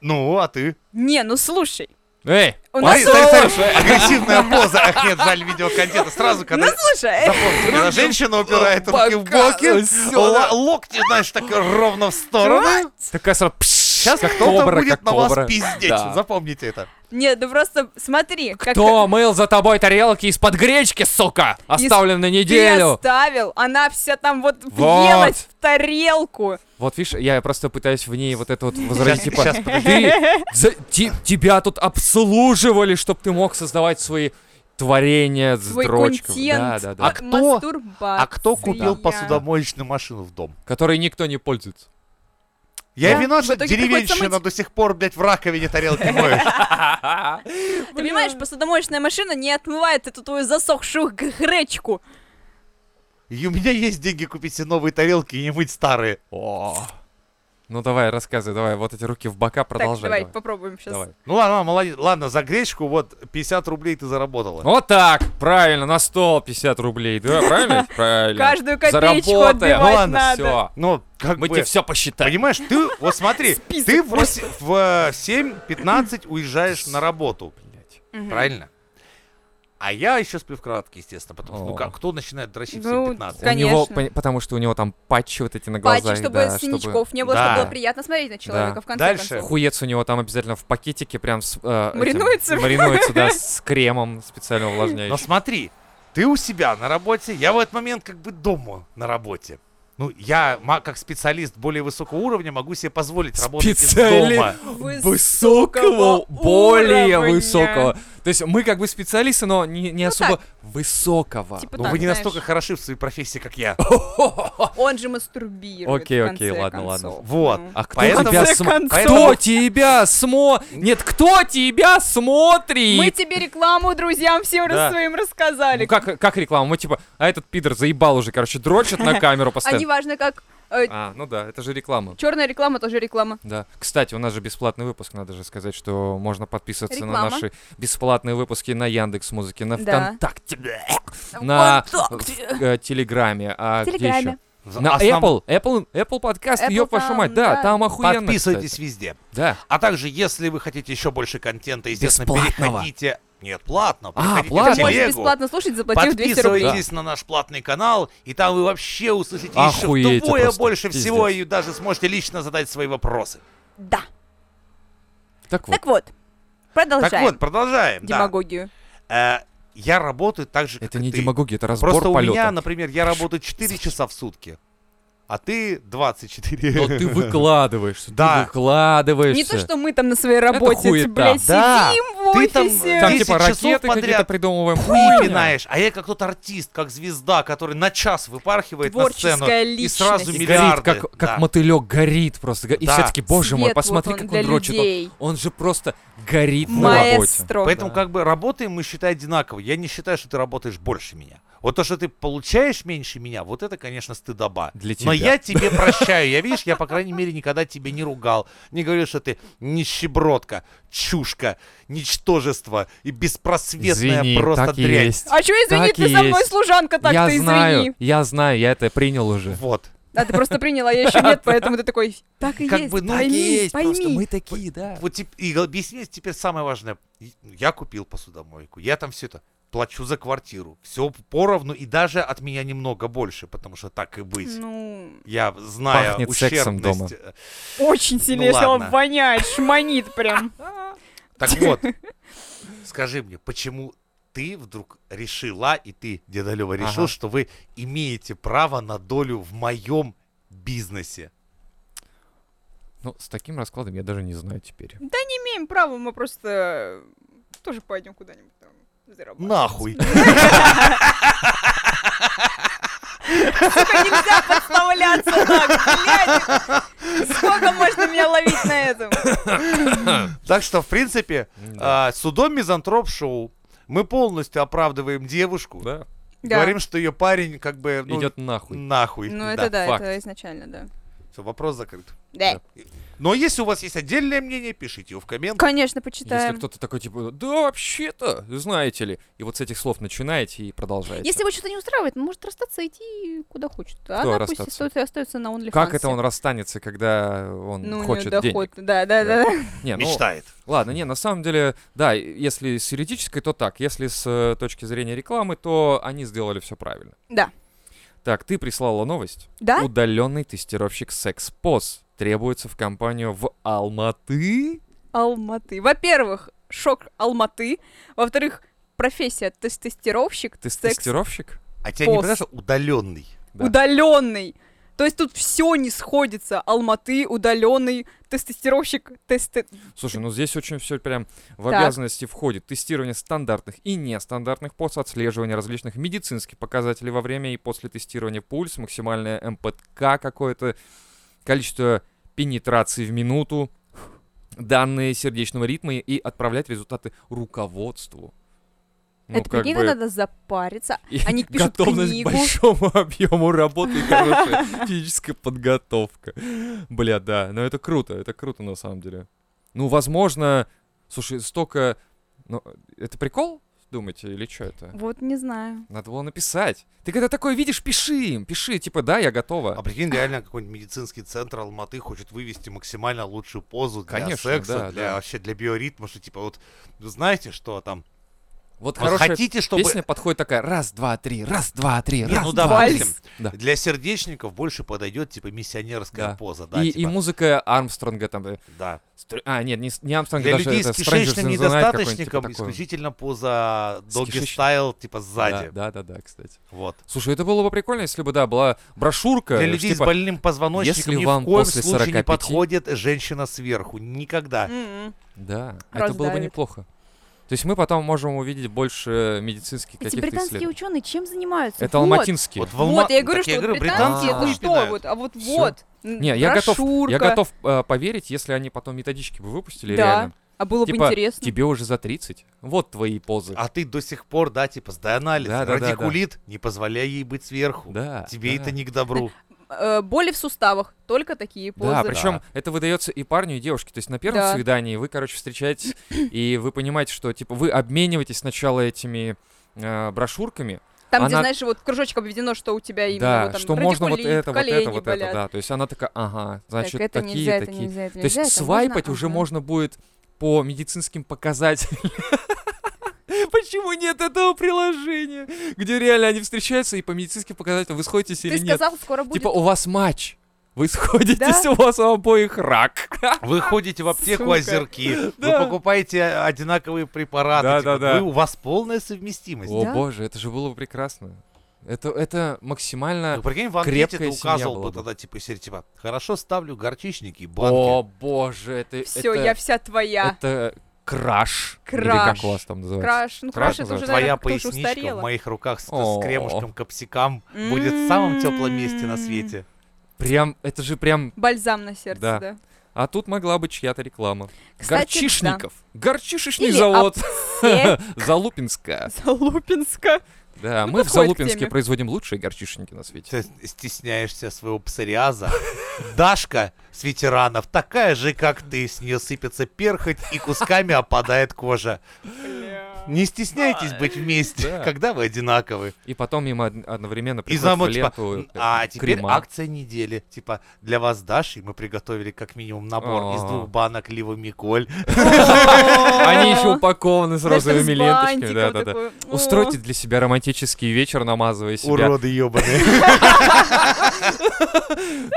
[SPEAKER 5] Ну, а ты?
[SPEAKER 3] Не, ну слушай.
[SPEAKER 2] Эй,
[SPEAKER 3] У нас-
[SPEAKER 2] послушай.
[SPEAKER 5] Агрессивная поза. Ах, нет, жаль, видеоконтента. Сразу,
[SPEAKER 3] Ну
[SPEAKER 5] когда
[SPEAKER 3] слушай, э,
[SPEAKER 5] запомните, когда женщина упирает руки в
[SPEAKER 2] Пока,
[SPEAKER 5] боки,
[SPEAKER 2] всё,
[SPEAKER 5] л-
[SPEAKER 2] да.
[SPEAKER 5] локти, знаешь, так ровно в сторону.
[SPEAKER 2] Такая сразу...
[SPEAKER 5] Сейчас
[SPEAKER 2] Сейчас
[SPEAKER 5] кто-то будет на вас пиздеть.
[SPEAKER 2] Да.
[SPEAKER 5] Запомните это.
[SPEAKER 3] нет, ну просто смотри, как
[SPEAKER 2] Кто мыл за тобой тарелки из-под гречки, сука? Оставлен на
[SPEAKER 3] ты
[SPEAKER 2] неделю.
[SPEAKER 3] оставил, она вся там вот
[SPEAKER 2] Вот.
[SPEAKER 3] въелась в тарелку.
[SPEAKER 2] Вот видишь, я просто пытаюсь в ней вот это вот возразить,
[SPEAKER 5] Щас,
[SPEAKER 2] типа,
[SPEAKER 5] щас,
[SPEAKER 2] ты, за- те- тебя тут обслуживали, чтобы ты мог создавать свои творения с
[SPEAKER 3] Свой
[SPEAKER 2] дрочком. Да,
[SPEAKER 3] контент.
[SPEAKER 2] да, да.
[SPEAKER 5] А кто- А кто купил
[SPEAKER 3] Зря.
[SPEAKER 5] посудомоечную машину в дом?
[SPEAKER 2] Которой никто не пользуется.
[SPEAKER 5] Я
[SPEAKER 3] Да.
[SPEAKER 5] виноват,
[SPEAKER 3] В
[SPEAKER 5] что
[SPEAKER 3] итоге приходится
[SPEAKER 5] деревенщина
[SPEAKER 3] мыть.
[SPEAKER 5] до сих пор, блядь, в раковине тарелки моешь.
[SPEAKER 3] Ты понимаешь, посудомоечная машина не отмывает эту твою засохшую г- гречку.
[SPEAKER 5] И у меня есть деньги купить себе новые тарелки и не мыть старые.
[SPEAKER 2] О. Ну давай, рассказывай, давай, вот эти руки в бока,
[SPEAKER 3] так,
[SPEAKER 2] продолжай.
[SPEAKER 3] давай,
[SPEAKER 2] давай.
[SPEAKER 3] попробуем сейчас.
[SPEAKER 2] Давай.
[SPEAKER 5] Ну ладно, ладно, молодец. Ладно, за гречку вот 50 рублей ты
[SPEAKER 3] Ну,
[SPEAKER 5] заработала.
[SPEAKER 2] Вот так, правильно, на стол 50 рублей, да, правильно? Правильно.
[SPEAKER 3] Каждую копеечку
[SPEAKER 2] Заработаем.
[SPEAKER 3] отбивать
[SPEAKER 2] Ну ладно,
[SPEAKER 3] надо.
[SPEAKER 2] всё.
[SPEAKER 5] Ну, как
[SPEAKER 2] Мы
[SPEAKER 5] бы,
[SPEAKER 2] тебе все посчитаем.
[SPEAKER 5] понимаешь, ты, вот смотри,
[SPEAKER 3] Список
[SPEAKER 5] ты в, вось- в 7.15 уезжаешь на работу,
[SPEAKER 2] Блядь.
[SPEAKER 5] правильно? А я еще сплю в кратке, естественно, потому что, ну
[SPEAKER 2] О.
[SPEAKER 5] как, кто начинает дрочить в 7.15?
[SPEAKER 3] Ну,
[SPEAKER 2] У него,
[SPEAKER 3] Конечно.
[SPEAKER 2] пон- потому что у него там патчи вот эти на
[SPEAKER 3] Патчи,
[SPEAKER 2] глазах.
[SPEAKER 3] чтобы
[SPEAKER 2] да,
[SPEAKER 3] синячков не было,
[SPEAKER 5] Да.
[SPEAKER 3] чтобы было приятно смотреть на человека, в конце
[SPEAKER 5] Дальше.
[SPEAKER 3] концов.
[SPEAKER 2] Хуец у него там обязательно в пакетике прям с... э, этим,
[SPEAKER 3] Маринуется?
[SPEAKER 2] маринуется, да, с кремом специально
[SPEAKER 5] Но
[SPEAKER 2] увлажняющим.
[SPEAKER 5] смотри, ты у себя на работе, я в этот момент как бы дома на работе. Ну, я ма- как специалист более высокого уровня могу себе позволить работать из
[SPEAKER 2] Специали-
[SPEAKER 5] дома.
[SPEAKER 3] Ну Высокого
[SPEAKER 2] более
[SPEAKER 3] уровня.
[SPEAKER 2] высокого. То есть мы как бы специалисты, но не, не особо
[SPEAKER 3] Ну так.
[SPEAKER 2] высокого.
[SPEAKER 3] Типа
[SPEAKER 5] Но
[SPEAKER 3] так,
[SPEAKER 5] Ну, вы не
[SPEAKER 3] знаешь.
[SPEAKER 5] настолько хороши в своей профессии, как я.
[SPEAKER 3] Он же мастурбирует.
[SPEAKER 2] Окей,
[SPEAKER 3] в
[SPEAKER 2] окей,
[SPEAKER 3] конце
[SPEAKER 2] ладно, ладно.
[SPEAKER 3] концов.
[SPEAKER 5] Вот.
[SPEAKER 3] Ну.
[SPEAKER 2] А кто
[SPEAKER 5] Поэтому-
[SPEAKER 2] тебя
[SPEAKER 3] В конце
[SPEAKER 2] смо-
[SPEAKER 3] концов.
[SPEAKER 2] Кто тебя смо... Нет, кто тебя смотрит?
[SPEAKER 3] Мы тебе рекламу друзьям всем
[SPEAKER 5] Да.
[SPEAKER 3] рас- своим рассказали.
[SPEAKER 2] Ну, как, как реклама? Мы типа, а этот пидор заебал уже, короче, дрочит на камеру
[SPEAKER 3] А
[SPEAKER 2] постоянно.
[SPEAKER 3] неважно как...
[SPEAKER 2] А, ну да, это же реклама.
[SPEAKER 3] Черная реклама тоже реклама.
[SPEAKER 2] Да. Кстати, у нас же бесплатный выпуск, надо же сказать, что можно подписываться на
[SPEAKER 3] Реклама.
[SPEAKER 2] наши бесплатные выпуски на Яндекс Музыке, на
[SPEAKER 3] Да.
[SPEAKER 2] ВКонтакте, на
[SPEAKER 3] ВКонтакте.
[SPEAKER 2] в- э, Телеграме, а где
[SPEAKER 3] Телеграме.
[SPEAKER 2] еще? На
[SPEAKER 5] Основ-
[SPEAKER 2] Apple, Apple, Apple подкаст,
[SPEAKER 3] Apple
[SPEAKER 2] ёб вашу
[SPEAKER 3] там,
[SPEAKER 2] мать, да,
[SPEAKER 3] да.
[SPEAKER 2] там охуенно.
[SPEAKER 5] Подписывайтесь
[SPEAKER 2] кстати.
[SPEAKER 5] везде.
[SPEAKER 2] Да.
[SPEAKER 5] А также, если вы хотите еще больше контента, естественно,
[SPEAKER 2] Бесплатного.
[SPEAKER 5] переходите... Нет, платно.
[SPEAKER 2] А,
[SPEAKER 5] переходите в
[SPEAKER 2] платно.
[SPEAKER 3] Ты можешь
[SPEAKER 5] телегу,
[SPEAKER 3] бесплатно слушать, заплатив 200 рублей.
[SPEAKER 5] Подписывайтесь на наш платный канал, и там вы вообще услышите еще
[SPEAKER 2] Охуеете
[SPEAKER 5] вдвое
[SPEAKER 2] просто,
[SPEAKER 5] больше
[SPEAKER 2] пиздец.
[SPEAKER 5] всего, и даже сможете лично задать свои вопросы.
[SPEAKER 3] Да.
[SPEAKER 2] Так вот.
[SPEAKER 3] Так вот, продолжаем
[SPEAKER 5] Так вот, продолжаем. да.
[SPEAKER 3] демагогию.
[SPEAKER 5] Э, я работаю так же, как
[SPEAKER 2] Это
[SPEAKER 5] и
[SPEAKER 2] не
[SPEAKER 5] ты.
[SPEAKER 2] демагогия, это разбор
[SPEAKER 5] Просто у
[SPEAKER 2] полета.
[SPEAKER 5] меня, например, я работаю 4 часа в сутки. а ты 24.
[SPEAKER 2] Но ты выкладываешься,
[SPEAKER 5] Да.
[SPEAKER 2] ты выкладываешься.
[SPEAKER 3] Не то, что мы там на своей работе,
[SPEAKER 2] хуета.
[SPEAKER 3] эти, блядь,
[SPEAKER 5] Да.
[SPEAKER 3] сидим в
[SPEAKER 5] Ты там,
[SPEAKER 3] офисе.
[SPEAKER 2] Там
[SPEAKER 5] 10
[SPEAKER 2] типа
[SPEAKER 5] часов
[SPEAKER 2] ракеты какие-то
[SPEAKER 5] подряд.
[SPEAKER 2] придумываем.
[SPEAKER 5] хуй
[SPEAKER 2] Хуйня.
[SPEAKER 5] пинаешь, а я как тот артист, как звезда, который на час выпархивает
[SPEAKER 3] Творческая
[SPEAKER 5] на сцену
[SPEAKER 3] личность.
[SPEAKER 5] и сразу
[SPEAKER 3] И
[SPEAKER 2] И
[SPEAKER 5] миллиарды.
[SPEAKER 2] горит, как, как
[SPEAKER 5] да.
[SPEAKER 2] мотылек горит просто. И
[SPEAKER 5] Да.
[SPEAKER 2] все таки боже мой,
[SPEAKER 3] Свет
[SPEAKER 2] посмотри,
[SPEAKER 3] вот он
[SPEAKER 2] как
[SPEAKER 3] для
[SPEAKER 2] он дрочит. Он-
[SPEAKER 3] людей.
[SPEAKER 2] Он, же просто горит на работе.
[SPEAKER 3] Маэстро.
[SPEAKER 5] Поэтому как бы работаем мы, считай, одинаково. Я не считаю, что ты работаешь больше меня. Вот то, что ты получаешь меньше меня, вот это, конечно, стыдоба.
[SPEAKER 2] Для
[SPEAKER 5] Но
[SPEAKER 2] тебя.
[SPEAKER 5] я тебе прощаю. Я, видишь, я, по крайней мере, никогда тебя не ругал. Не говорил, что ты нищебродка, чушка, ничтожество и беспросветная
[SPEAKER 2] Извини,
[SPEAKER 5] просто
[SPEAKER 2] так и
[SPEAKER 5] дрянь.
[SPEAKER 2] есть.
[SPEAKER 3] А чё, извини,
[SPEAKER 2] Так
[SPEAKER 3] ты
[SPEAKER 2] и
[SPEAKER 3] со мной
[SPEAKER 2] есть.
[SPEAKER 3] служанка
[SPEAKER 2] я
[SPEAKER 3] так-то, извини.
[SPEAKER 2] знаю, я знаю, я это принял уже.
[SPEAKER 5] Вот.
[SPEAKER 3] А ты просто приняла, я еще нет, поэтому ты такой, так и
[SPEAKER 5] Как
[SPEAKER 3] есть,
[SPEAKER 5] бы, ну,
[SPEAKER 3] пойми,
[SPEAKER 2] есть, просто
[SPEAKER 3] пойми.
[SPEAKER 2] мы такие, да.
[SPEAKER 5] Вот тип- и объяснить теперь самое важное. И- Я купил посудомойку, я там все это плачу за квартиру. Все поровну и даже от меня немного больше, потому что так и быть.
[SPEAKER 3] Ну,
[SPEAKER 5] Я знаю
[SPEAKER 2] Пахнет сексом дома.
[SPEAKER 5] ущербность, э,
[SPEAKER 3] очень сильно,
[SPEAKER 5] Ну,
[SPEAKER 3] если он
[SPEAKER 5] ладно.
[SPEAKER 3] воняет, шманит прям.
[SPEAKER 5] Так вот, скажи мне, почему ты вдруг решила, и ты, Дедалева, решил,
[SPEAKER 2] Ага.
[SPEAKER 5] что вы имеете право на долю в моем бизнесе?
[SPEAKER 2] Ну, с таким раскладом я даже не знаю теперь.
[SPEAKER 3] Не имеем права, мы просто э, тоже пойдем куда-нибудь там зарабатывать.
[SPEAKER 5] Нахуй.
[SPEAKER 3] Сука, нельзя подставляться так, блядь. Сколько можно меня ловить на этом?
[SPEAKER 5] Так что, в принципе, а, судом мизантроп шоу. Мы полностью оправдываем девушку.
[SPEAKER 2] Да.
[SPEAKER 3] Да.
[SPEAKER 5] Говорим, что ее парень как бы ну,
[SPEAKER 2] Идет нахуй.
[SPEAKER 5] нахуй.
[SPEAKER 3] Ну, это да,
[SPEAKER 2] факт.
[SPEAKER 3] это изначально, да.
[SPEAKER 5] Все, вопрос закрыт.
[SPEAKER 3] Да.
[SPEAKER 5] Но если у вас есть отдельное мнение, пишите его в комментах.
[SPEAKER 2] Если
[SPEAKER 3] Конечно, почитаем.
[SPEAKER 2] кто-то такой, типа, да вообще-то, знаете ли. И вот с этих слов начинаете и продолжаете.
[SPEAKER 3] Если его что-то не устраивает, он может расстаться и идти куда хочет. А
[SPEAKER 2] Кто
[SPEAKER 3] она пусть
[SPEAKER 2] расстаться?
[SPEAKER 3] остается- остается на OnlyFans.
[SPEAKER 2] Как это он расстанется, когда он
[SPEAKER 3] ну,
[SPEAKER 2] хочет
[SPEAKER 3] у него
[SPEAKER 2] денег?
[SPEAKER 3] доход, да, да, да.
[SPEAKER 2] Не, ну,
[SPEAKER 5] Мечтает.
[SPEAKER 2] Ладно, не, на самом деле, да, и- если с юридической, то так. Если с э, точки зрения рекламы, то они сделали все правильно.
[SPEAKER 3] Да.
[SPEAKER 2] Так, ты прислала новость.
[SPEAKER 3] Да?
[SPEAKER 2] Удаленный тестировщик секс-поз требуется в компанию в Алматы.
[SPEAKER 3] Алматы. Во-первых, шок Алматы. Во-вторых, профессия тестировщик,
[SPEAKER 2] Ты тестировщик?
[SPEAKER 5] А тебя не
[SPEAKER 3] Пост.
[SPEAKER 5] потому что удаленный.
[SPEAKER 2] Да.
[SPEAKER 3] удаленный. То есть тут все не сходится. Алматы, удаленный, тестировщик, тесты.
[SPEAKER 2] Слушай, ну здесь очень все прям в
[SPEAKER 3] Так.
[SPEAKER 2] обязанности входит тестирование стандартных и нестандартных пост, отслеживание различных медицинских показателей во время и после тестирования пульс, максимальное МПК какое-то, количество пенетраций в минуту, данные сердечного ритма и отправлять результаты руководству. Ну,
[SPEAKER 3] это
[SPEAKER 2] как
[SPEAKER 3] прикинь,
[SPEAKER 2] бы,
[SPEAKER 3] надо запариться.
[SPEAKER 2] и
[SPEAKER 3] они пишут
[SPEAKER 2] готовность
[SPEAKER 3] книгу.
[SPEAKER 2] к большому объему работы и хорошая физическая подготовка. Бля, да, но это круто, это круто на самом деле. Ну, возможно, слушай, столько... Ну, это прикол, думаете, или что это?
[SPEAKER 3] Вот не знаю.
[SPEAKER 2] Надо было написать. Ты когда такое видишь, пиши им, пиши, типа, да, я
[SPEAKER 5] А
[SPEAKER 2] готова.
[SPEAKER 5] прикинь, реально какой-нибудь медицинский центр Алматы хочет вывести максимально лучшую позу для
[SPEAKER 2] Конечно,
[SPEAKER 5] секса,
[SPEAKER 2] да,
[SPEAKER 5] для
[SPEAKER 2] да.
[SPEAKER 5] вообще для биоритма, что типа вот вы знаете, что там?
[SPEAKER 2] Вот
[SPEAKER 5] Вот
[SPEAKER 2] хорошая
[SPEAKER 5] хотите, чтобы
[SPEAKER 2] песня подходит такая, раз, два, три, раз, два, три,
[SPEAKER 5] Нет,
[SPEAKER 2] раз,
[SPEAKER 5] ну,
[SPEAKER 2] два, три.
[SPEAKER 5] допустим,
[SPEAKER 2] Да.
[SPEAKER 5] для сердечников больше подойдет типа миссионерская
[SPEAKER 2] Да.
[SPEAKER 5] поза, да,
[SPEAKER 2] и, и
[SPEAKER 5] типа,
[SPEAKER 2] музыка Армстронга там. э,
[SPEAKER 5] да.
[SPEAKER 2] стр- А, нет, не, с- не Армстронга,
[SPEAKER 5] Для
[SPEAKER 2] даже
[SPEAKER 5] людей
[SPEAKER 2] это
[SPEAKER 5] с
[SPEAKER 2] Strangers in
[SPEAKER 5] кишечным
[SPEAKER 2] the Night какой-нибудь, типа
[SPEAKER 5] недостаточником
[SPEAKER 2] такое.
[SPEAKER 5] исключительно поза
[SPEAKER 2] С
[SPEAKER 5] доги
[SPEAKER 2] кишечным.
[SPEAKER 5] стайл типа сзади,
[SPEAKER 2] Да, да, да, да, кстати.
[SPEAKER 5] вот.
[SPEAKER 2] Слушай, это было бы прикольно, если бы, да, была брошюрка.
[SPEAKER 5] Для
[SPEAKER 2] э,
[SPEAKER 5] людей
[SPEAKER 2] типа,
[SPEAKER 5] с больным позвоночником
[SPEAKER 2] если
[SPEAKER 5] ни
[SPEAKER 2] вам
[SPEAKER 5] в коем
[SPEAKER 2] после
[SPEAKER 5] случае
[SPEAKER 2] 45
[SPEAKER 5] не подходит женщина сверху, никогда.
[SPEAKER 3] М-м.
[SPEAKER 2] Да, это
[SPEAKER 3] Раздавит.
[SPEAKER 2] было бы неплохо. То есть мы потом можем увидеть больше медицинских
[SPEAKER 4] Эти
[SPEAKER 2] каких-то
[SPEAKER 4] британские
[SPEAKER 2] исследований.
[SPEAKER 4] ученые чем занимаются?
[SPEAKER 2] Это
[SPEAKER 4] Вот.
[SPEAKER 2] алматинские.
[SPEAKER 5] в Алма-
[SPEAKER 3] Вот, я и говорю,
[SPEAKER 5] так
[SPEAKER 3] что вот
[SPEAKER 5] британцы
[SPEAKER 3] британские,
[SPEAKER 2] британцы
[SPEAKER 3] это
[SPEAKER 5] хуй
[SPEAKER 3] что
[SPEAKER 5] пинают.
[SPEAKER 3] вот, а вот
[SPEAKER 2] Всё.
[SPEAKER 3] вот. м,
[SPEAKER 2] Не, я готов, я
[SPEAKER 3] брошюрка.
[SPEAKER 2] готов э, поверить, если они потом методички бы выпустили
[SPEAKER 3] Да.
[SPEAKER 2] реально.
[SPEAKER 3] А было бы
[SPEAKER 2] Типа,
[SPEAKER 3] интересно.
[SPEAKER 2] тебе уже за 30. Вот твои позы.
[SPEAKER 5] А ты до сих пор, да, типа, сдай анализ,
[SPEAKER 2] Да, да, да, да.
[SPEAKER 5] радикулит, не позволяй ей быть сверху.
[SPEAKER 2] Да.
[SPEAKER 5] Тебе
[SPEAKER 2] да.
[SPEAKER 5] это не к добру.
[SPEAKER 3] Э, боли в суставах, только такие позы.
[SPEAKER 2] Да, причем это выдается и парню, и девушке. То есть на первом
[SPEAKER 3] Да.
[SPEAKER 2] свидании вы, короче, встречаетесь, и вы понимаете, что типа вы обмениваетесь сначала этими э, брошюрками,
[SPEAKER 3] Там, где,
[SPEAKER 2] она-
[SPEAKER 3] знаешь, вот кружочком обведено, что у тебя именно
[SPEAKER 2] да,
[SPEAKER 3] вот там
[SPEAKER 2] что можно вот
[SPEAKER 3] радикулит,
[SPEAKER 2] это, вот
[SPEAKER 3] колени
[SPEAKER 2] это, вот
[SPEAKER 3] болят.
[SPEAKER 2] это, да. То есть она такая, ага,
[SPEAKER 4] Так,
[SPEAKER 2] значит,
[SPEAKER 4] это
[SPEAKER 2] такие,
[SPEAKER 4] нельзя, это
[SPEAKER 2] такие.
[SPEAKER 4] нельзя, это
[SPEAKER 2] То есть
[SPEAKER 4] нельзя, это
[SPEAKER 2] свайпать уже
[SPEAKER 4] ага.
[SPEAKER 2] можно будет по медицинским показателям. Почему нет этого приложения, где реально они встречаются и по медицинским показателям вы сходитесь или
[SPEAKER 4] Ты
[SPEAKER 2] нет?
[SPEAKER 4] сказал, скоро будет.
[SPEAKER 2] Типа у вас матч, вы сходитесь, у вас у обоих рак.
[SPEAKER 5] Вы ходите в аптеку
[SPEAKER 2] Сука.
[SPEAKER 5] озерки,
[SPEAKER 2] Да.
[SPEAKER 5] вы покупаете одинаковые препараты.
[SPEAKER 2] Да,
[SPEAKER 5] типа,
[SPEAKER 2] да, да.
[SPEAKER 5] вы- у вас полная совместимость.
[SPEAKER 2] О
[SPEAKER 4] Да.
[SPEAKER 2] боже, это же было бы прекрасно. Это, это максимально...
[SPEAKER 5] Ну, прикинь, в анкете ты
[SPEAKER 2] крепкая семья
[SPEAKER 5] указывал
[SPEAKER 2] была
[SPEAKER 5] бы
[SPEAKER 2] бы.
[SPEAKER 5] тогда, типа, серии, типа, хорошо ставлю горчичники и
[SPEAKER 2] О,
[SPEAKER 5] банки.
[SPEAKER 2] боже, это...
[SPEAKER 3] Все,
[SPEAKER 2] это-
[SPEAKER 3] я вся твоя.
[SPEAKER 2] Это краш. Или
[SPEAKER 3] Краш.
[SPEAKER 2] как у вас там называется?
[SPEAKER 3] Краш. Ну,
[SPEAKER 2] Краш
[SPEAKER 3] краш, это уже,
[SPEAKER 2] называется?
[SPEAKER 5] Твоя
[SPEAKER 3] наверное, тоже
[SPEAKER 5] поясничка в
[SPEAKER 3] устарела.
[SPEAKER 5] моих руках с, с
[SPEAKER 2] О.
[SPEAKER 5] кремушком капсикам будет в самом теплом месте на свете.
[SPEAKER 2] Прям, это же прям...
[SPEAKER 3] М-м-м. Бальзам на сердце,
[SPEAKER 2] Да.
[SPEAKER 3] да.
[SPEAKER 2] А тут могла быть чья-то реклама.
[SPEAKER 3] Кстати,
[SPEAKER 2] Горчишников. Горчишечный
[SPEAKER 3] Или
[SPEAKER 2] завод.
[SPEAKER 3] да.
[SPEAKER 2] Залупинска.
[SPEAKER 3] Залупинска.
[SPEAKER 2] Да,
[SPEAKER 3] Ну,
[SPEAKER 2] мы в
[SPEAKER 3] подходит к
[SPEAKER 2] Залупинске
[SPEAKER 3] теме.
[SPEAKER 2] производим лучшие горчишники на свете.
[SPEAKER 5] Ты стесняешься своего псориаза. Дашка с ветеранов такая же, как ты. С нее сыпется перхоть и кусками опадает кожа. Не стесняйтесь быть вместе,
[SPEAKER 2] Да.
[SPEAKER 5] когда вы одинаковы.
[SPEAKER 2] И потом им од- одновременно
[SPEAKER 5] И
[SPEAKER 2] приходит в
[SPEAKER 5] замок, типа,
[SPEAKER 2] ленту
[SPEAKER 5] «М, а
[SPEAKER 2] э,
[SPEAKER 5] теперь
[SPEAKER 2] крема.
[SPEAKER 5] акция недели. Типа, для вас, Даши, мы приготовили как минимум набор из
[SPEAKER 2] А.
[SPEAKER 5] двух банок Лива Миколь.
[SPEAKER 2] Они еще упакованы с розовыми ленточками. Да, да, да. Устройте
[SPEAKER 3] Устройте.
[SPEAKER 2] для себя романтический вечер, намазывая себя.
[SPEAKER 5] Уроды ебаные.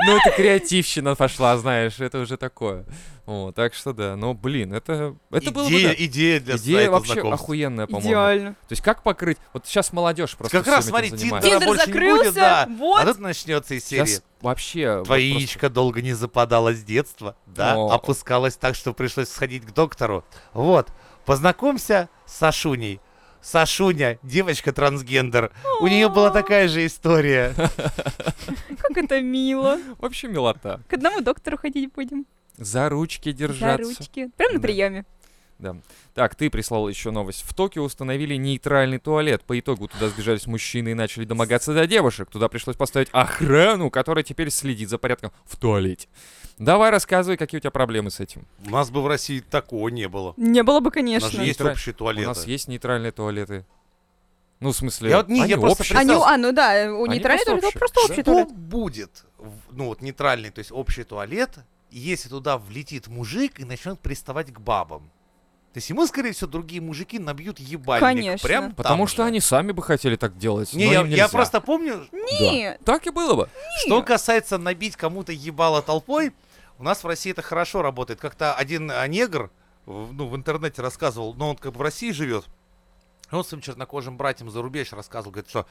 [SPEAKER 2] Ну, это креативщина пошла, знаешь, это уже такое. О, так что да, но, блин, это, это было бы, да.
[SPEAKER 5] Идея идея для
[SPEAKER 2] Идея
[SPEAKER 5] сайта
[SPEAKER 2] вообще
[SPEAKER 5] знакомств.
[SPEAKER 2] охуенная, по-моему.
[SPEAKER 3] Идеально.
[SPEAKER 2] То есть как покрыть... Вот сейчас молодежь просто
[SPEAKER 5] Как раз,
[SPEAKER 2] всем
[SPEAKER 5] смотри,
[SPEAKER 2] этим занимается.
[SPEAKER 5] Тиндера
[SPEAKER 3] Тиндер
[SPEAKER 5] больше не будет,
[SPEAKER 3] закрылся,
[SPEAKER 5] да.
[SPEAKER 3] вот.
[SPEAKER 5] А тут начнется из серии.
[SPEAKER 2] Сейчас вообще... вот
[SPEAKER 5] Твоя
[SPEAKER 2] просто-
[SPEAKER 5] яичко долго не западало с детства, да,
[SPEAKER 2] О.
[SPEAKER 5] опускалось так, что пришлось сходить к доктору. Вот, познакомься с Сашуней. Сашуня, девочка трансгендер. У нее была такая же история.
[SPEAKER 3] Как это мило.
[SPEAKER 2] Вообще милота.
[SPEAKER 3] К одному доктору ходить будем.
[SPEAKER 2] За ручки
[SPEAKER 3] За
[SPEAKER 2] держаться.
[SPEAKER 3] ручки. Прям на
[SPEAKER 2] Да.
[SPEAKER 3] приеме.
[SPEAKER 2] Да. Так, ты прислал еще новость. В Токио установили нейтральный туалет. По итогу туда сбежались мужчины и начали домогаться до девушек. Туда пришлось поставить охрану, которая теперь следит за порядком в туалете. Давай рассказывай, какие у тебя проблемы с этим.
[SPEAKER 5] У нас бы в России такого не было.
[SPEAKER 3] Не было бы,
[SPEAKER 5] У нас
[SPEAKER 3] конечно.
[SPEAKER 5] же есть
[SPEAKER 2] Нейтраль-
[SPEAKER 5] общие
[SPEAKER 2] У нас
[SPEAKER 5] туалеты.
[SPEAKER 2] есть нейтральные туалеты. Ну, в смысле,
[SPEAKER 5] Я вот не-
[SPEAKER 2] они
[SPEAKER 5] я просто
[SPEAKER 2] общие.
[SPEAKER 5] пред-
[SPEAKER 3] Они, а, ну да, у
[SPEAKER 2] Они просто
[SPEAKER 3] нейтральной туалет
[SPEAKER 2] общие.
[SPEAKER 3] просто общий
[SPEAKER 5] Что
[SPEAKER 3] туалет.
[SPEAKER 5] будет, в- ну вот нейтральный, то есть общий туалет, если туда влетит мужик и начнет приставать к бабам? То есть ему, скорее всего, другие мужики набьют ебальник.
[SPEAKER 3] Конечно.
[SPEAKER 5] Прям там
[SPEAKER 2] Потому что
[SPEAKER 5] же.
[SPEAKER 2] они сами бы хотели так делать.
[SPEAKER 5] Не,
[SPEAKER 2] но
[SPEAKER 5] я,
[SPEAKER 2] им
[SPEAKER 5] я
[SPEAKER 2] нельзя.
[SPEAKER 5] просто помню,
[SPEAKER 2] Да.
[SPEAKER 3] Нет.
[SPEAKER 2] Так и было бы.
[SPEAKER 5] что касается набить кому-то ебало толпой, у нас в России это хорошо работает. Как-то один а, негр в- ну, в интернете рассказывал, но он как бы в России живет, и он своим чернокожим братьям за рубеж рассказывал, говорит, что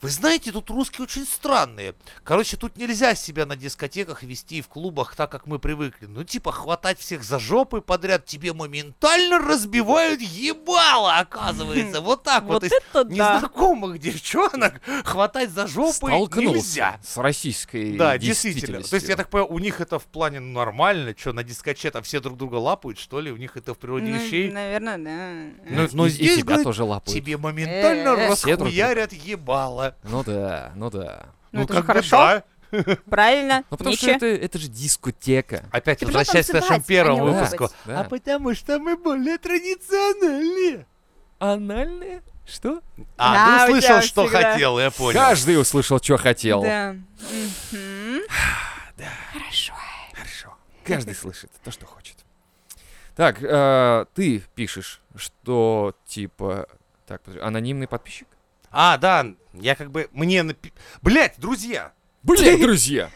[SPEAKER 5] вы знаете, тут русские очень странные. Короче, тут нельзя себя на дискотеках вести и в клубах так, как мы привыкли. Ну, типа, хватать всех за жопы подряд тебе моментально разбивают ебало, оказывается. Вот так вот.
[SPEAKER 3] Вот
[SPEAKER 5] из
[SPEAKER 3] это да.
[SPEAKER 5] незнакомых девчонок хватать за жопы
[SPEAKER 2] Столкнулся
[SPEAKER 5] нельзя.
[SPEAKER 2] с российской
[SPEAKER 5] Да, действительно. То есть, я
[SPEAKER 2] действительностью.
[SPEAKER 5] так понимаю, у них это в плане нормально, что на дискоче там все друг друга лапают, что ли, у них это в природе вещей.
[SPEAKER 3] Ну, Наверное, да.
[SPEAKER 5] Ну,
[SPEAKER 2] И-
[SPEAKER 5] но
[SPEAKER 2] и
[SPEAKER 5] здесь,
[SPEAKER 2] тебя
[SPEAKER 5] говорит,
[SPEAKER 2] тоже лапают.
[SPEAKER 5] Тебе моментально
[SPEAKER 3] Э, э,
[SPEAKER 2] все друг друга.
[SPEAKER 5] расхуярят ебало.
[SPEAKER 2] Ну да, ну да.
[SPEAKER 3] Ну, это же
[SPEAKER 5] как бы
[SPEAKER 3] хорошо.
[SPEAKER 5] да.
[SPEAKER 3] Правильно.
[SPEAKER 2] Ну потому что
[SPEAKER 3] Ниче.
[SPEAKER 2] это, это же дискотека.
[SPEAKER 5] Опять
[SPEAKER 3] Ты пришла
[SPEAKER 5] возвращаясь к нашему
[SPEAKER 3] танцевать,
[SPEAKER 5] первому
[SPEAKER 3] а не
[SPEAKER 5] выпуску.
[SPEAKER 3] лапать.
[SPEAKER 2] Да.
[SPEAKER 5] А потому что мы более традиционные.
[SPEAKER 2] Анальные? Что?
[SPEAKER 5] А,
[SPEAKER 3] Да,
[SPEAKER 5] ну
[SPEAKER 3] у
[SPEAKER 5] услышал,
[SPEAKER 3] тебя
[SPEAKER 5] что
[SPEAKER 3] всегда.
[SPEAKER 5] хотел, я понял.
[SPEAKER 2] Каждый услышал, что хотел.
[SPEAKER 3] Да. Мгм. Хорошо.
[SPEAKER 2] Хорошо. Каждый слышит то, что хочет. Так, э, ты пишешь, что типа... Так, подожди, анонимный подписчик?
[SPEAKER 5] А, да, я как бы, мне... напи- Блять, друзья,
[SPEAKER 2] Блин, друзья!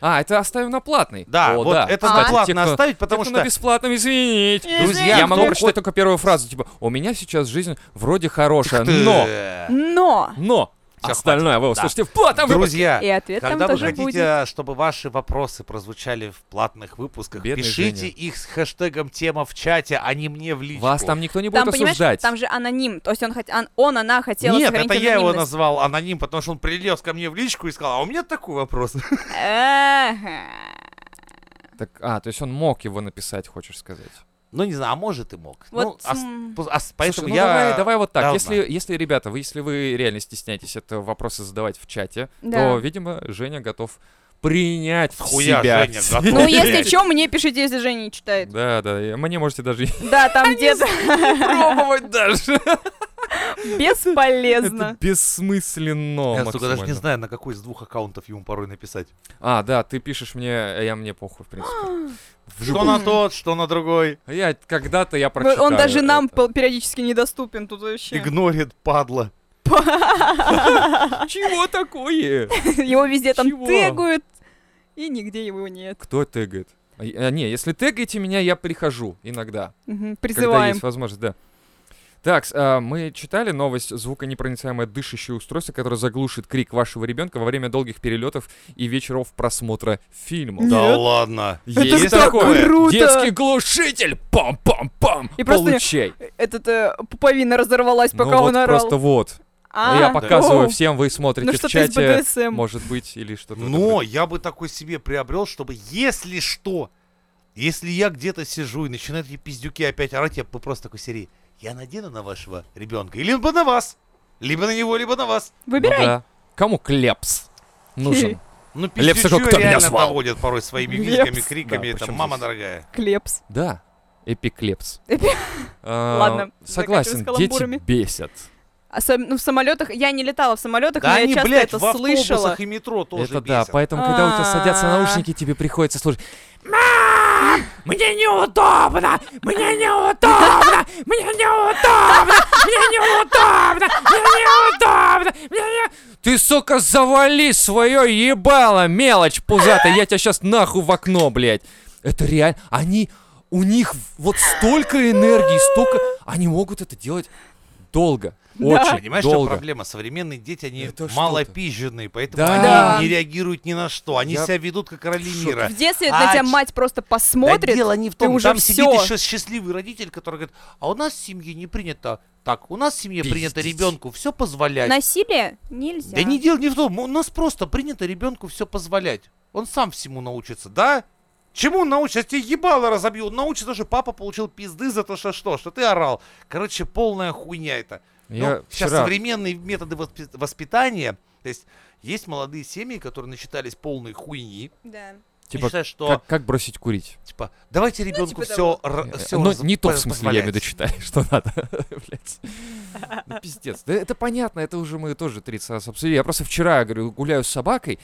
[SPEAKER 2] А, это оставим на платный.
[SPEAKER 5] Да,
[SPEAKER 2] О,
[SPEAKER 5] вот
[SPEAKER 2] да.
[SPEAKER 5] это
[SPEAKER 2] Кстати,
[SPEAKER 3] А,
[SPEAKER 5] на платно
[SPEAKER 2] те, кто-
[SPEAKER 5] оставить,
[SPEAKER 2] Потому
[SPEAKER 5] потому
[SPEAKER 2] что
[SPEAKER 5] что...
[SPEAKER 2] на бесплатном,
[SPEAKER 3] Э,
[SPEAKER 2] извините.
[SPEAKER 5] Друзья,
[SPEAKER 2] я могу
[SPEAKER 5] кто-
[SPEAKER 2] прочитать только первую фразу, типа, у меня сейчас жизнь вроде хорошая,
[SPEAKER 5] Ты-
[SPEAKER 2] но,
[SPEAKER 5] э,
[SPEAKER 3] Но.
[SPEAKER 2] но, а
[SPEAKER 5] Всё,
[SPEAKER 2] остальное вы
[SPEAKER 5] Да.
[SPEAKER 2] услышите в платном выпуске.
[SPEAKER 5] Друзья,
[SPEAKER 3] И ответ там
[SPEAKER 5] когда вы
[SPEAKER 3] тоже
[SPEAKER 5] хотите, а,
[SPEAKER 3] будет.
[SPEAKER 5] чтобы ваши вопросы прозвучали в платных выпусках,
[SPEAKER 2] Бедный
[SPEAKER 5] пишите
[SPEAKER 2] Женя.
[SPEAKER 5] их с хэштегом «Тема в чате», а не мне в личку.
[SPEAKER 2] Вас там никто не будет
[SPEAKER 3] Там, понимаешь,
[SPEAKER 2] осуждать.
[SPEAKER 3] там же аноним. То есть он, хот- он- он, она хотела
[SPEAKER 5] Нет,
[SPEAKER 3] сохранить
[SPEAKER 5] это я его
[SPEAKER 3] анонимность.
[SPEAKER 5] назвал аноним, потому что он прилез ко мне в личку и сказал, а у меня такой вопрос.
[SPEAKER 3] Ага.
[SPEAKER 2] Так, а, то есть он мог его написать, хочешь сказать.
[SPEAKER 5] Ну, не знаю, а может и мог.
[SPEAKER 3] Вот,
[SPEAKER 5] Ну, а с-
[SPEAKER 3] м.
[SPEAKER 5] пос- а с- поэтому
[SPEAKER 2] Слушай, ну
[SPEAKER 5] я...
[SPEAKER 2] давай, давай вот так.
[SPEAKER 5] Да,
[SPEAKER 2] если,
[SPEAKER 5] знаю.
[SPEAKER 2] если, ребята, вы, если вы реально стесняетесь это вопросы задавать в чате,
[SPEAKER 3] Да.
[SPEAKER 2] то, видимо, Женя готов принять в
[SPEAKER 5] Хуя,
[SPEAKER 2] себя.
[SPEAKER 5] Женя,
[SPEAKER 2] все.
[SPEAKER 5] готов.
[SPEAKER 3] Ну, если
[SPEAKER 5] Блядь.
[SPEAKER 3] что, мне пишите, если Женя не читает.
[SPEAKER 2] Да, да, и мне можете даже и
[SPEAKER 3] Да, там где-то
[SPEAKER 2] пробовать даже. Это
[SPEAKER 3] бесполезно.
[SPEAKER 2] бессмысленно
[SPEAKER 5] Я, сука, даже не
[SPEAKER 2] максимально.
[SPEAKER 5] знаю, на какой из двух аккаунтов ему порой написать.
[SPEAKER 2] А, да, ты пишешь мне, а я мне похуй, в принципе. В
[SPEAKER 5] Что
[SPEAKER 2] любом-
[SPEAKER 5] на тот, что на другой.
[SPEAKER 2] Я когда-то я прочитаю.
[SPEAKER 3] Он даже нам
[SPEAKER 2] это.
[SPEAKER 3] пол- периодически недоступен тут вообще.
[SPEAKER 5] Игнорит, падла.
[SPEAKER 2] Чего такое?
[SPEAKER 3] Его везде там
[SPEAKER 2] Чего?
[SPEAKER 3] тегают, и нигде его нет.
[SPEAKER 2] Кто тегает? А, я- а, не, если тегаете меня, я прихожу иногда.
[SPEAKER 3] Мгм,
[SPEAKER 2] Когда
[SPEAKER 3] Призываем.
[SPEAKER 2] есть возможность, да. Так, с- а, мы читали новость звуконепроницаемое дышащее устройство, которое заглушит крик вашего ребенка во время долгих перелетов и вечеров просмотра фильмов.
[SPEAKER 5] Да
[SPEAKER 3] Нет.
[SPEAKER 5] ладно.
[SPEAKER 3] Это
[SPEAKER 2] Есть
[SPEAKER 5] так
[SPEAKER 2] такое?
[SPEAKER 3] круто!
[SPEAKER 2] Детский глушитель! Пам-пам-пам!
[SPEAKER 3] И просто не-
[SPEAKER 2] Получай!
[SPEAKER 3] Этот э, пуповина разорвалась,
[SPEAKER 2] Ну
[SPEAKER 3] пока
[SPEAKER 2] вот
[SPEAKER 3] он орал.
[SPEAKER 2] просто вот.
[SPEAKER 3] А,
[SPEAKER 2] Я показываю
[SPEAKER 3] оу.
[SPEAKER 2] всем, вы смотрите
[SPEAKER 3] Ну
[SPEAKER 2] в
[SPEAKER 3] что ты из
[SPEAKER 2] чате.
[SPEAKER 3] БДСМ?
[SPEAKER 2] Может быть, или что-то. в этом
[SPEAKER 5] Но
[SPEAKER 2] роде.
[SPEAKER 5] я бы такой себе приобрел, чтобы если что, если я где-то сижу и начинают эти пиздюки опять орать, я бы просто такой серии, я надену на вашего ребенка, или либо на вас, либо на него, либо на вас.
[SPEAKER 3] Выбирай.
[SPEAKER 2] Ну да. Кому клепс нужен?
[SPEAKER 5] Ну,
[SPEAKER 2] Лепс такой,
[SPEAKER 5] пиздючую
[SPEAKER 2] «Кто меня
[SPEAKER 5] реально
[SPEAKER 2] звал?»
[SPEAKER 5] доводят порой своими
[SPEAKER 3] Лепс.
[SPEAKER 5] визгами,
[SPEAKER 2] Да,
[SPEAKER 5] криками, там,
[SPEAKER 2] причем
[SPEAKER 5] мама
[SPEAKER 2] здесь-
[SPEAKER 5] дорогая.
[SPEAKER 3] Клепс.
[SPEAKER 2] Да. Эпиклепс.
[SPEAKER 3] Эпи-
[SPEAKER 2] А,
[SPEAKER 3] Ладно,
[SPEAKER 2] Согласен,
[SPEAKER 3] заканчивай с
[SPEAKER 2] дети
[SPEAKER 3] каламбурами.
[SPEAKER 2] бесят.
[SPEAKER 3] А сам- ну, в самолетах я не летала в самолетах,
[SPEAKER 5] Да
[SPEAKER 3] но я
[SPEAKER 5] они,
[SPEAKER 3] часто
[SPEAKER 5] блядь,
[SPEAKER 3] это
[SPEAKER 5] в автобусах
[SPEAKER 3] слышала.
[SPEAKER 5] и метро тоже
[SPEAKER 2] Это да,
[SPEAKER 5] бесят.
[SPEAKER 2] поэтому, когда у тебя садятся
[SPEAKER 3] А-а-а.
[SPEAKER 2] наушники, тебе приходится слушать. А. «Мам, Мне неудобно! Мне неудобно! Мне неудобно! Мне неудобно! Мне неудобно! Мне не- Ты, сука, завали свое ебало, мелочь пузатая! Я тебя сейчас нахуй в окно, блядь! Это реально... Они... У них вот столько энергии, столько... Они могут это делать долго. Очень
[SPEAKER 5] Понимаешь, в чем
[SPEAKER 2] долго.
[SPEAKER 5] проблема? Современные дети, они
[SPEAKER 2] Это что-то.
[SPEAKER 5] малопизженные, поэтому
[SPEAKER 2] Да.
[SPEAKER 5] они
[SPEAKER 3] Да.
[SPEAKER 5] не реагируют ни на что. Они
[SPEAKER 2] Я
[SPEAKER 5] себя ведут как короли
[SPEAKER 2] шоке.
[SPEAKER 5] мира.
[SPEAKER 3] В детстве
[SPEAKER 5] А,
[SPEAKER 3] на тебя
[SPEAKER 5] ч-
[SPEAKER 3] мать просто посмотрит.
[SPEAKER 5] Да дело не в
[SPEAKER 3] ты
[SPEAKER 5] том,
[SPEAKER 3] уже
[SPEAKER 5] там сидит
[SPEAKER 3] всё.
[SPEAKER 5] еще счастливый родитель, который говорит, а у нас в семье не принято так, у нас в семье принято
[SPEAKER 2] Пиздить.
[SPEAKER 5] ребенку все позволять.
[SPEAKER 3] Насилие нельзя.
[SPEAKER 5] Да не дело не в том, у нас просто принято ребенку все позволять. Он сам всему научится, да? Чему он научится? Я тебе ебало разобью. Он научится, что папа получил пизды за то, что что, что ты орал. Короче, полная хуйня это.
[SPEAKER 2] Я
[SPEAKER 5] Ну, сейчас
[SPEAKER 2] вчера-
[SPEAKER 5] современные методы воспи- воспитания, то есть есть молодые семьи, которые начитались полной хуйни,
[SPEAKER 3] Да.
[SPEAKER 5] и
[SPEAKER 2] Типа,
[SPEAKER 5] считают, что
[SPEAKER 2] как, как бросить курить?
[SPEAKER 5] типа давайте ребенку
[SPEAKER 3] типа
[SPEAKER 5] все,
[SPEAKER 2] Э,
[SPEAKER 5] все,
[SPEAKER 2] Ну, не то, в смысле, я имею в виду читаю, что надо. Блядь. Ну, пиздец. Да это понятно, это уже мы тоже 30 раз обсудили. Я просто вчера, говорю, гуляю с собакой,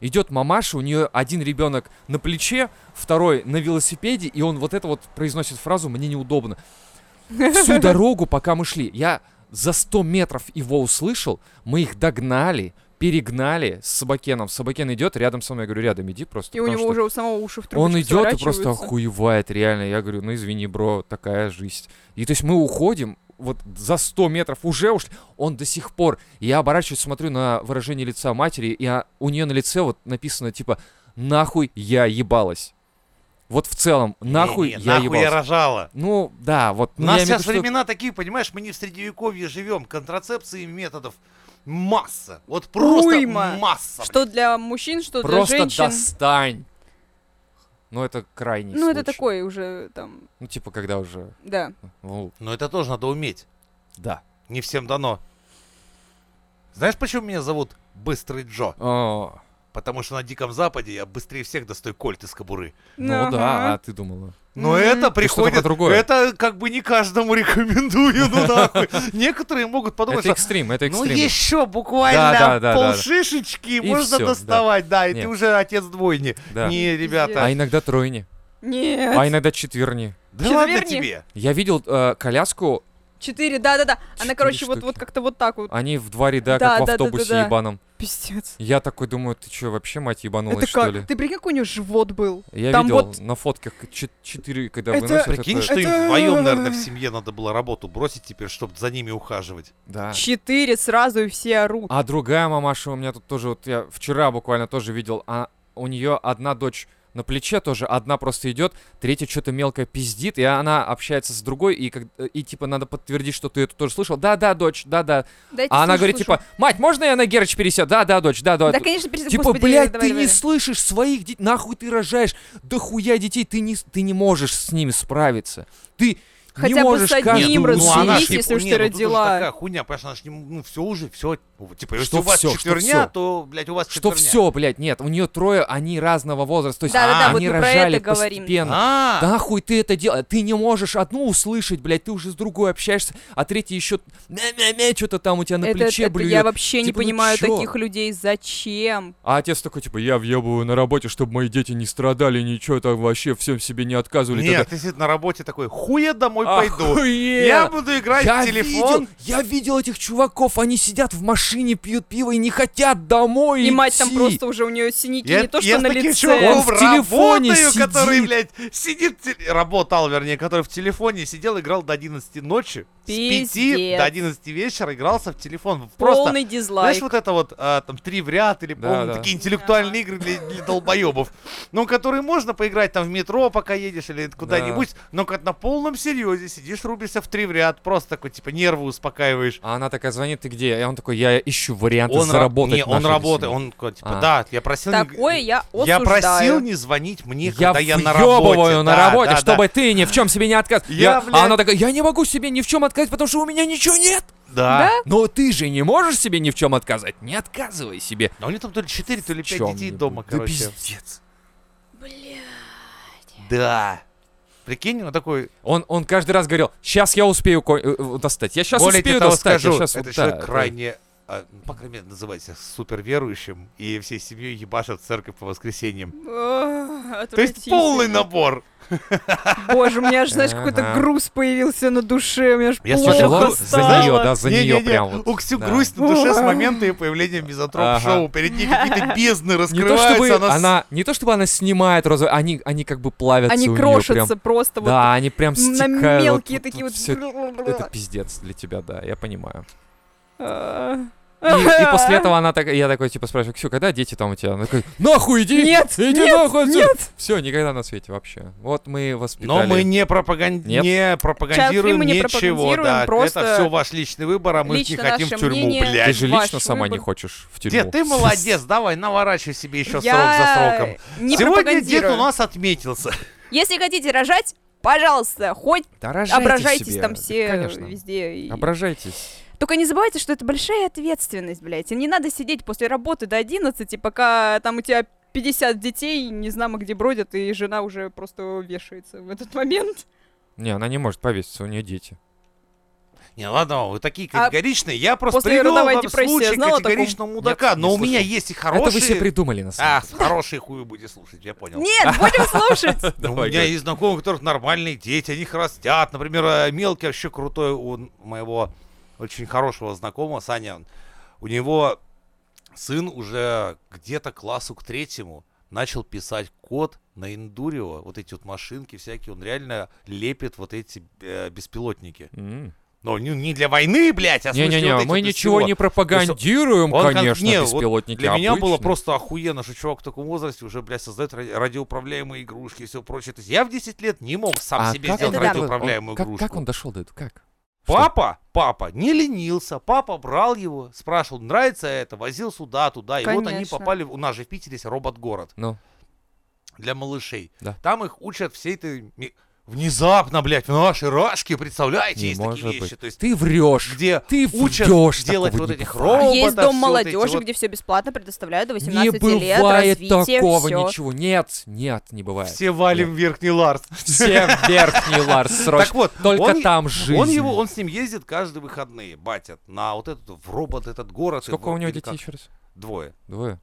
[SPEAKER 2] идет мамаша, у нее один ребенок на плече, второй на велосипеде, и он вот это вот произносит фразу «мне неудобно». Всю дорогу, пока мы шли, я за 100 метров его услышал, мы их догнали, перегнали с собакеном. Собакен идет, рядом со мной, я говорю, рядом иди просто.
[SPEAKER 3] И у
[SPEAKER 2] потому
[SPEAKER 3] него
[SPEAKER 2] что
[SPEAKER 3] уже у самого уши в
[SPEAKER 2] он
[SPEAKER 3] трубочку
[SPEAKER 2] идет и просто
[SPEAKER 3] сворачиваются.
[SPEAKER 2] охуевает, реально. Я говорю, ну извини, бро, такая жизнь. И то есть мы уходим, вот за 100 метров уже ушли, он до сих пор. Я оборачиваюсь, смотрю на выражение лица матери, и а, у нее на лице вот написано типа «Нахуй я ебалась». Вот в целом, нахуй я
[SPEAKER 5] нахуй я
[SPEAKER 2] ебалась.
[SPEAKER 5] рожала.
[SPEAKER 2] Ну, да, вот.
[SPEAKER 5] У
[SPEAKER 2] ну,
[SPEAKER 5] нас
[SPEAKER 2] я имею в
[SPEAKER 5] сейчас
[SPEAKER 2] виду, что-
[SPEAKER 5] времена такие, понимаешь, мы не в средневековье живем. Контрацепции методов масса. Вот просто
[SPEAKER 3] Уйма.
[SPEAKER 5] масса. блядь.
[SPEAKER 3] Что для мужчин, что
[SPEAKER 2] Просто
[SPEAKER 3] для женщин.
[SPEAKER 2] достань. Ну, это крайний
[SPEAKER 3] Ну, это
[SPEAKER 2] случай.
[SPEAKER 3] такое уже там,
[SPEAKER 2] Ну, типа, когда уже...
[SPEAKER 3] да.
[SPEAKER 2] ну,
[SPEAKER 5] Но это тоже надо уметь.
[SPEAKER 2] да.
[SPEAKER 5] Не всем дано. Знаешь, почему меня зовут Быстрый Джо?
[SPEAKER 3] Ну,
[SPEAKER 2] О,
[SPEAKER 5] Потому что на Диком Западе я быстрее всех достаю кольт из кобуры.
[SPEAKER 2] ну да, а
[SPEAKER 3] ага.
[SPEAKER 2] ты думала?
[SPEAKER 5] Но
[SPEAKER 3] Мгм.
[SPEAKER 5] это приходит...
[SPEAKER 2] про другое.
[SPEAKER 5] Это как бы не каждому рекомендую, ну нахуй. Некоторые могут подумать,
[SPEAKER 2] Это
[SPEAKER 5] что
[SPEAKER 2] экстрим, это
[SPEAKER 5] Ну
[SPEAKER 2] экстрим.
[SPEAKER 5] еще буквально
[SPEAKER 2] Да, да, да, да.
[SPEAKER 5] полшишечки
[SPEAKER 2] И
[SPEAKER 5] можно
[SPEAKER 2] всё, да.
[SPEAKER 5] доставать, да, и
[SPEAKER 2] Нет.
[SPEAKER 5] ты уже отец двойни.
[SPEAKER 2] Да.
[SPEAKER 5] Не, ребята,
[SPEAKER 2] А иногда тройни,
[SPEAKER 3] Нет.
[SPEAKER 2] а иногда четверни.
[SPEAKER 5] да ладно
[SPEAKER 3] Четверни.
[SPEAKER 5] тебе.
[SPEAKER 2] Я видел э, коляску,
[SPEAKER 3] Четыре, да-да-да. Она,
[SPEAKER 2] Четыре
[SPEAKER 3] короче, вот,
[SPEAKER 2] штуки.
[SPEAKER 3] вот как-то вот так вот.
[SPEAKER 2] они в два ряда, как
[SPEAKER 3] Да,
[SPEAKER 2] в
[SPEAKER 3] да, да, да,
[SPEAKER 2] автобусе
[SPEAKER 3] да.
[SPEAKER 2] ебаном.
[SPEAKER 3] Пиздец.
[SPEAKER 2] Я такой думаю, ты что, вообще мать ебанулась,
[SPEAKER 3] это
[SPEAKER 2] что
[SPEAKER 3] как?
[SPEAKER 2] ли?
[SPEAKER 3] Ты прикинь, какой у нее живот был.
[SPEAKER 2] Я
[SPEAKER 3] Там
[SPEAKER 2] видел
[SPEAKER 3] вот-
[SPEAKER 2] на фотках к- чет- четыре, когда
[SPEAKER 3] Это-
[SPEAKER 2] выносят.
[SPEAKER 5] Прикинь,
[SPEAKER 2] это-
[SPEAKER 5] что им
[SPEAKER 3] это-
[SPEAKER 5] вдвоем, наверное, в семье надо было работу бросить теперь, чтобы за ними ухаживать.
[SPEAKER 2] Да.
[SPEAKER 3] Четыре сразу и все орут.
[SPEAKER 2] А другая мамаша у меня тут тоже, вот я вчера буквально тоже видел, а у нее одна дочь на плече тоже, одна просто идет, третья что-то мелко пиздит, и она общается с другой, и, как, и типа надо подтвердить, что ты это тоже слышал. Да-да, дочь, да-да.
[SPEAKER 3] Дайте
[SPEAKER 2] А она
[SPEAKER 3] слышу,
[SPEAKER 2] говорит,
[SPEAKER 3] слышу.
[SPEAKER 2] типа, мать, можно я на Герыч пересяду? Да-да, дочь, да-да.
[SPEAKER 3] Да, конечно, перед...
[SPEAKER 2] Типа,
[SPEAKER 3] Господи,
[SPEAKER 2] блядь, ты
[SPEAKER 3] давай,
[SPEAKER 2] не
[SPEAKER 3] давай.
[SPEAKER 2] слышишь своих детей, нахуй ты рожаешь, да хуя детей, ты не, с- ты не можешь с ними справиться. Ты
[SPEAKER 3] Хотя
[SPEAKER 2] не
[SPEAKER 3] бы
[SPEAKER 2] можешь
[SPEAKER 3] с одним
[SPEAKER 2] каждую
[SPEAKER 3] Им
[SPEAKER 5] ну она
[SPEAKER 3] развелись,
[SPEAKER 5] ж не-
[SPEAKER 3] если уж
[SPEAKER 5] не,
[SPEAKER 3] ты
[SPEAKER 5] ну тут уже
[SPEAKER 3] родила.
[SPEAKER 5] такая хуйня, понимаешь, она ж не- ну все уже, все. Типа, если
[SPEAKER 2] Что
[SPEAKER 5] у вас
[SPEAKER 2] всё, что
[SPEAKER 5] четверня,
[SPEAKER 2] всё?
[SPEAKER 5] то, блядь, у вас
[SPEAKER 2] Что
[SPEAKER 5] четверня.
[SPEAKER 2] все, блядь, нет, у нее трое, они разного возраста, то есть а,
[SPEAKER 3] Да-да-да, вот
[SPEAKER 2] они
[SPEAKER 3] мы про
[SPEAKER 2] рожали
[SPEAKER 3] это говорим.
[SPEAKER 2] постепенно.
[SPEAKER 5] А,
[SPEAKER 2] Да хуй ты это делаешь, ты не можешь одну услышать, блядь, ты уже с другой общаешься, а третья еще что-то там у тебя на
[SPEAKER 3] это,
[SPEAKER 2] плече
[SPEAKER 3] это
[SPEAKER 2] блюет.
[SPEAKER 3] я вообще не
[SPEAKER 2] Типа, ну
[SPEAKER 3] понимаю
[SPEAKER 2] чё?
[SPEAKER 3] таких людей. Зачем?
[SPEAKER 2] А отец такой, типа, я въебываю на работе, чтобы мои дети не страдали, ничего там вообще, всем себе не отказывали. и так
[SPEAKER 5] Нет, ты сидит на работе такой, хуя домой тобой пойду.
[SPEAKER 2] Охуенно!
[SPEAKER 5] Я буду играть в телефон.
[SPEAKER 2] Видел, я видел этих чуваков, они сидят в машине, пьют пиво и не хотят домой
[SPEAKER 3] И мать там
[SPEAKER 2] идти.
[SPEAKER 3] просто уже у нее синяки
[SPEAKER 5] Я,
[SPEAKER 3] не то, что
[SPEAKER 5] я с
[SPEAKER 3] на
[SPEAKER 5] таким
[SPEAKER 3] лице.
[SPEAKER 5] чуваком
[SPEAKER 2] Он в телефоне
[SPEAKER 5] работаю, который,
[SPEAKER 2] сидит.
[SPEAKER 5] блядь, сидит, в теле- работал, вернее, который в телефоне сидел, играл до 11 ночи. С 5
[SPEAKER 3] Пиздец.
[SPEAKER 5] до 11 вечера игрался в телефон. Просто
[SPEAKER 3] Полный
[SPEAKER 5] Знаешь,
[SPEAKER 3] дизлайк.
[SPEAKER 5] вот это вот, а, там, три в ряд или,
[SPEAKER 2] Да,
[SPEAKER 5] по-моему,
[SPEAKER 2] да.
[SPEAKER 5] такие интеллектуальные игры для, долбоебов, но которые можно поиграть там в метро, пока едешь или куда-нибудь, но как на полном серьезе сидишь, рубишься в три в ряд, просто такой, типа, нервы успокаиваешь.
[SPEAKER 2] А она такая звонит, ты где? И он такой, я ищу варианты
[SPEAKER 5] ра-
[SPEAKER 2] заработать.
[SPEAKER 5] Не, он
[SPEAKER 2] наши
[SPEAKER 5] работает,
[SPEAKER 2] деньги».
[SPEAKER 5] он, такой, типа,
[SPEAKER 2] А.
[SPEAKER 5] да, я просил... не-
[SPEAKER 3] Такое я
[SPEAKER 5] Я просил
[SPEAKER 3] осуждаю.
[SPEAKER 5] не звонить мне,
[SPEAKER 2] я
[SPEAKER 5] когда я на работе.
[SPEAKER 2] въёбываю на
[SPEAKER 5] да,
[SPEAKER 2] работе,
[SPEAKER 5] да, да.
[SPEAKER 2] чтобы ты ни в чем себе не отказал.
[SPEAKER 5] Я, блядь-
[SPEAKER 2] А она такая, я не могу себе ни в чем отказать, потому что у меня ничего нет.
[SPEAKER 3] А?
[SPEAKER 5] Да.
[SPEAKER 2] Но ты же не можешь себе ни в чем отказать. Не отказывай себе.
[SPEAKER 5] А у них там то ли 4, то ли 5
[SPEAKER 2] Чём
[SPEAKER 5] детей
[SPEAKER 2] мне
[SPEAKER 5] дома,
[SPEAKER 2] будет? Да
[SPEAKER 5] короче.
[SPEAKER 2] пиздец.
[SPEAKER 5] Да. Прикинь, он такой...
[SPEAKER 2] Он, он каждый раз говорил, сейчас я успею ко- э, э, достать. Я сейчас
[SPEAKER 5] более
[SPEAKER 2] успею
[SPEAKER 5] тебе того
[SPEAKER 2] достать.
[SPEAKER 5] скажу,
[SPEAKER 2] я щас
[SPEAKER 5] это
[SPEAKER 2] вот,
[SPEAKER 5] человек
[SPEAKER 2] да,
[SPEAKER 5] крайне... а, ну, по крайней мере, называется суперверующим, и всей семьей ебашат в церковь по воскресеньям.
[SPEAKER 3] Ах,
[SPEAKER 5] То есть
[SPEAKER 3] отвратительно.
[SPEAKER 5] полный набор.
[SPEAKER 3] Боже, у меня аж, знаешь, какой-то
[SPEAKER 2] Ага. груз
[SPEAKER 3] груз появился на душе, у меня аж
[SPEAKER 5] Я
[SPEAKER 2] Тяжело
[SPEAKER 5] плохо
[SPEAKER 2] за
[SPEAKER 5] стало.
[SPEAKER 2] нее, да, за нее
[SPEAKER 5] Не-не-не,
[SPEAKER 2] прям. вот,
[SPEAKER 5] У Ксю
[SPEAKER 2] да.
[SPEAKER 5] грусть на душе с момента ее появления в мизотроп-шоу. Перед ней какие-то бездны
[SPEAKER 2] Не то чтобы
[SPEAKER 5] раскрываются.
[SPEAKER 2] она,
[SPEAKER 5] она с-
[SPEAKER 2] не то чтобы она снимает розовые, они, они как бы плавятся у
[SPEAKER 3] Они
[SPEAKER 2] неё прям.
[SPEAKER 3] крошатся просто вот
[SPEAKER 2] да, они прям
[SPEAKER 3] на
[SPEAKER 2] стекают.
[SPEAKER 3] мелкие
[SPEAKER 2] вот-
[SPEAKER 3] такие
[SPEAKER 2] вот
[SPEAKER 3] вот...
[SPEAKER 2] всё- это пиздец для тебя, да, я понимаю.
[SPEAKER 3] А.
[SPEAKER 2] И, и после этого она так, я такой типа спрашиваю, Ксю, когда дети там у тебя? Она такая, нахуй иди,
[SPEAKER 3] Нет,
[SPEAKER 2] иди
[SPEAKER 3] нет,
[SPEAKER 2] нахуй
[SPEAKER 3] нет.
[SPEAKER 2] Все, никогда на свете вообще. Вот мы и воспитали.
[SPEAKER 5] Но мы не, пропаган-
[SPEAKER 2] Нет.
[SPEAKER 5] не пропагандируем
[SPEAKER 3] мы не
[SPEAKER 5] ничего,
[SPEAKER 3] пропагандируем,
[SPEAKER 5] да.
[SPEAKER 3] просто
[SPEAKER 5] Это все ваш личный выбор, а мы их не
[SPEAKER 3] лично
[SPEAKER 5] хотим
[SPEAKER 3] наше
[SPEAKER 5] в тюрьму,
[SPEAKER 3] мнение.
[SPEAKER 5] блядь.
[SPEAKER 2] Ты же
[SPEAKER 3] Ваш
[SPEAKER 2] лично сама
[SPEAKER 3] выбор.
[SPEAKER 2] не хочешь в тюрьму.
[SPEAKER 5] Дед, ты молодец, давай, наворачивай себе еще срок за сроком.
[SPEAKER 3] Не
[SPEAKER 5] Сегодня дед у
[SPEAKER 3] пропагандирую.
[SPEAKER 5] нас отметился.
[SPEAKER 3] Если хотите рожать, пожалуйста, хоть
[SPEAKER 2] Да рожайте
[SPEAKER 3] ображайтесь
[SPEAKER 2] себе.
[SPEAKER 3] там все э,
[SPEAKER 2] Конечно.
[SPEAKER 3] везде. и-
[SPEAKER 2] Ображайтесь.
[SPEAKER 3] Только не забывайте, что это большая ответственность, блядь. И не надо сидеть после работы до 11, пока там у тебя 50 детей, не знамо где бродят, и жена уже просто вешается в этот момент.
[SPEAKER 2] Не, она не может повеситься, у нее дети.
[SPEAKER 5] Не, ладно, вы такие категоричные. Я просто
[SPEAKER 3] А после
[SPEAKER 5] привел
[SPEAKER 3] родовая
[SPEAKER 5] вам
[SPEAKER 3] депрессия
[SPEAKER 5] случай
[SPEAKER 3] знала о таком?
[SPEAKER 5] категоричного мудака,
[SPEAKER 2] Нет, не
[SPEAKER 5] но у
[SPEAKER 2] слышал.
[SPEAKER 5] меня есть и
[SPEAKER 2] Это вы все
[SPEAKER 5] хорошие...
[SPEAKER 2] придумали на самом
[SPEAKER 5] А,
[SPEAKER 2] деле.
[SPEAKER 5] хорошие хуи будете слушать, я понял.
[SPEAKER 3] Нет, будем слушать!
[SPEAKER 5] Ну, у
[SPEAKER 2] Давай,
[SPEAKER 5] меня
[SPEAKER 2] говори.
[SPEAKER 5] есть знакомые, у которых нормальные дети, они их растят. Например, э, мелкий вообще крутой у н- моего очень хорошего знакомого, Саня. он- У него сын уже где-то классу к третьему начал писать код на Индурио, вот эти вот машинки всякие, он реально лепит вот эти э, беспилотники.
[SPEAKER 2] М.
[SPEAKER 5] Но не, не для войны, блядь, а в смысле
[SPEAKER 2] Не-не-не,
[SPEAKER 5] вот эти
[SPEAKER 2] мы
[SPEAKER 5] вот из
[SPEAKER 2] ничего
[SPEAKER 5] всего.
[SPEAKER 2] не пропагандируем,
[SPEAKER 5] Он кон-
[SPEAKER 2] конечно,
[SPEAKER 5] не, вот
[SPEAKER 2] беспилотники
[SPEAKER 5] Для меня было
[SPEAKER 2] обычные.
[SPEAKER 5] просто охуенно, что чувак в таком возрасте уже, блядь, создает ради- радиоуправляемые игрушки и все прочее. То есть я в 10 лет не мог сам
[SPEAKER 2] А
[SPEAKER 5] себе
[SPEAKER 2] как
[SPEAKER 5] сделать
[SPEAKER 2] он
[SPEAKER 3] Это да.
[SPEAKER 5] радиоуправляемую
[SPEAKER 2] он- как-
[SPEAKER 5] игрушку.
[SPEAKER 2] Как, он дошел до этого? Как?
[SPEAKER 5] Папа, папа не ленился, папа брал его, спрашивал, нравится это, возил сюда, туда. И вот они
[SPEAKER 3] Конечно.
[SPEAKER 5] попали, в- у нас же в Питере есть робот-город
[SPEAKER 2] Ну,
[SPEAKER 5] для малышей.
[SPEAKER 2] Да.
[SPEAKER 5] Там их учат всей этой... ми- Внезапно, блядь, в нашей рашке, представляете,
[SPEAKER 2] не
[SPEAKER 5] есть
[SPEAKER 2] может
[SPEAKER 5] такие вещи.
[SPEAKER 2] быть.
[SPEAKER 5] То есть
[SPEAKER 2] Ты врешь.
[SPEAKER 5] где
[SPEAKER 2] Ты
[SPEAKER 5] учат
[SPEAKER 2] врешь.
[SPEAKER 5] делать
[SPEAKER 2] такого
[SPEAKER 5] вот
[SPEAKER 2] не
[SPEAKER 5] этих
[SPEAKER 2] бывает.
[SPEAKER 5] роботов.
[SPEAKER 3] А Есть
[SPEAKER 5] всё вот
[SPEAKER 3] дом
[SPEAKER 5] эти
[SPEAKER 3] молодежи,
[SPEAKER 5] вот-
[SPEAKER 3] где все бесплатно предоставляют до 18
[SPEAKER 2] Не
[SPEAKER 3] лет,
[SPEAKER 2] бывает
[SPEAKER 3] развитие,
[SPEAKER 2] такого
[SPEAKER 3] всё.
[SPEAKER 2] ничего. Нет, нет, не бывает.
[SPEAKER 5] все валим в верхний ларс.
[SPEAKER 2] Все в верхний Ларс
[SPEAKER 5] Так
[SPEAKER 2] срочно.
[SPEAKER 5] вот,
[SPEAKER 2] Только
[SPEAKER 5] он-
[SPEAKER 2] там жизнь.
[SPEAKER 5] Он его, он с ним ездит каждые выходные, батя, на вот этот в робот этот город.
[SPEAKER 2] Сколько
[SPEAKER 5] и в-
[SPEAKER 2] у него
[SPEAKER 5] или
[SPEAKER 2] детей
[SPEAKER 5] как?
[SPEAKER 2] еще раз?
[SPEAKER 5] Двое.
[SPEAKER 2] Двое.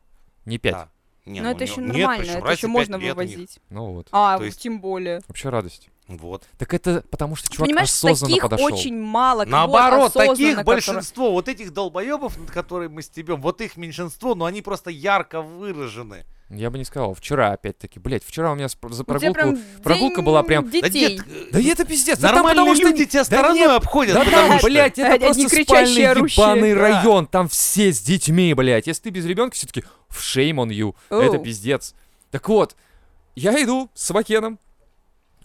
[SPEAKER 2] Не пять.
[SPEAKER 5] Да. Не,
[SPEAKER 3] Но
[SPEAKER 5] ну,
[SPEAKER 3] это
[SPEAKER 5] у
[SPEAKER 3] еще
[SPEAKER 5] него- нет,
[SPEAKER 3] нормально,
[SPEAKER 5] причем
[SPEAKER 3] это
[SPEAKER 5] раз
[SPEAKER 3] еще
[SPEAKER 5] и пять
[SPEAKER 3] можно
[SPEAKER 5] лет у них.
[SPEAKER 3] вывозить.
[SPEAKER 2] Ну вот.
[SPEAKER 3] А,
[SPEAKER 5] То есть-
[SPEAKER 3] тем более.
[SPEAKER 2] Вообще радость.
[SPEAKER 5] Вот.
[SPEAKER 2] Так это потому, что
[SPEAKER 3] Ты
[SPEAKER 2] чувак
[SPEAKER 3] понимаешь, что
[SPEAKER 2] осознанно
[SPEAKER 3] таких
[SPEAKER 2] подошел.
[SPEAKER 3] очень мало. кого
[SPEAKER 5] Наоборот,
[SPEAKER 3] осознанно,
[SPEAKER 5] таких
[SPEAKER 3] которые-
[SPEAKER 5] большинство, вот этих долбоебов, над которыми мы стебем, вот их меньшинство, но они просто ярко выражены.
[SPEAKER 2] Я бы не сказал. Вчера опять-таки. Блять, вчера у меня спро- за
[SPEAKER 3] Ну, У тебя
[SPEAKER 2] прогулку...
[SPEAKER 3] прям
[SPEAKER 2] прогулка
[SPEAKER 3] день
[SPEAKER 2] была прям...
[SPEAKER 5] Да
[SPEAKER 3] Детей.
[SPEAKER 5] нет, э,
[SPEAKER 2] Да это пиздец. да ну там
[SPEAKER 5] нормальные
[SPEAKER 2] потому что-
[SPEAKER 5] люди тебя
[SPEAKER 2] Да
[SPEAKER 5] стороной
[SPEAKER 2] нет,
[SPEAKER 5] обходят,
[SPEAKER 2] Да
[SPEAKER 5] потому
[SPEAKER 2] там,
[SPEAKER 5] что-
[SPEAKER 2] блядь, это
[SPEAKER 3] Одни
[SPEAKER 2] просто
[SPEAKER 3] кричащие,
[SPEAKER 2] спальный
[SPEAKER 3] орущие.
[SPEAKER 2] ебаный
[SPEAKER 5] Да.
[SPEAKER 2] район. Там все с детьми, блядь. Если ты без ребенка, все-таки в shame on you. Это
[SPEAKER 3] Оу.
[SPEAKER 2] пиздец. Так вот, я иду с Вакеном.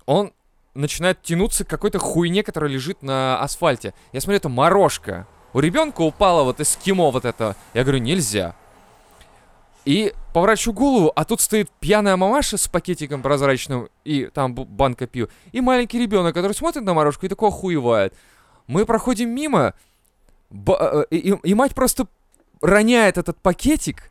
[SPEAKER 2] Он начинает тянуться к какой-то хуйне, которая лежит на асфальте. Я смотрю, это морожка. У ребенка упала вот эскимо вот это. Я говорю, нельзя. И поворачиваю голову, а тут стоит пьяная мамаша с пакетиком прозрачным, и там бу- банка пью, и маленький ребенок, который смотрит на морожку и такой охуевает. Мы проходим мимо, ба- э, и, и мать просто роняет этот пакетик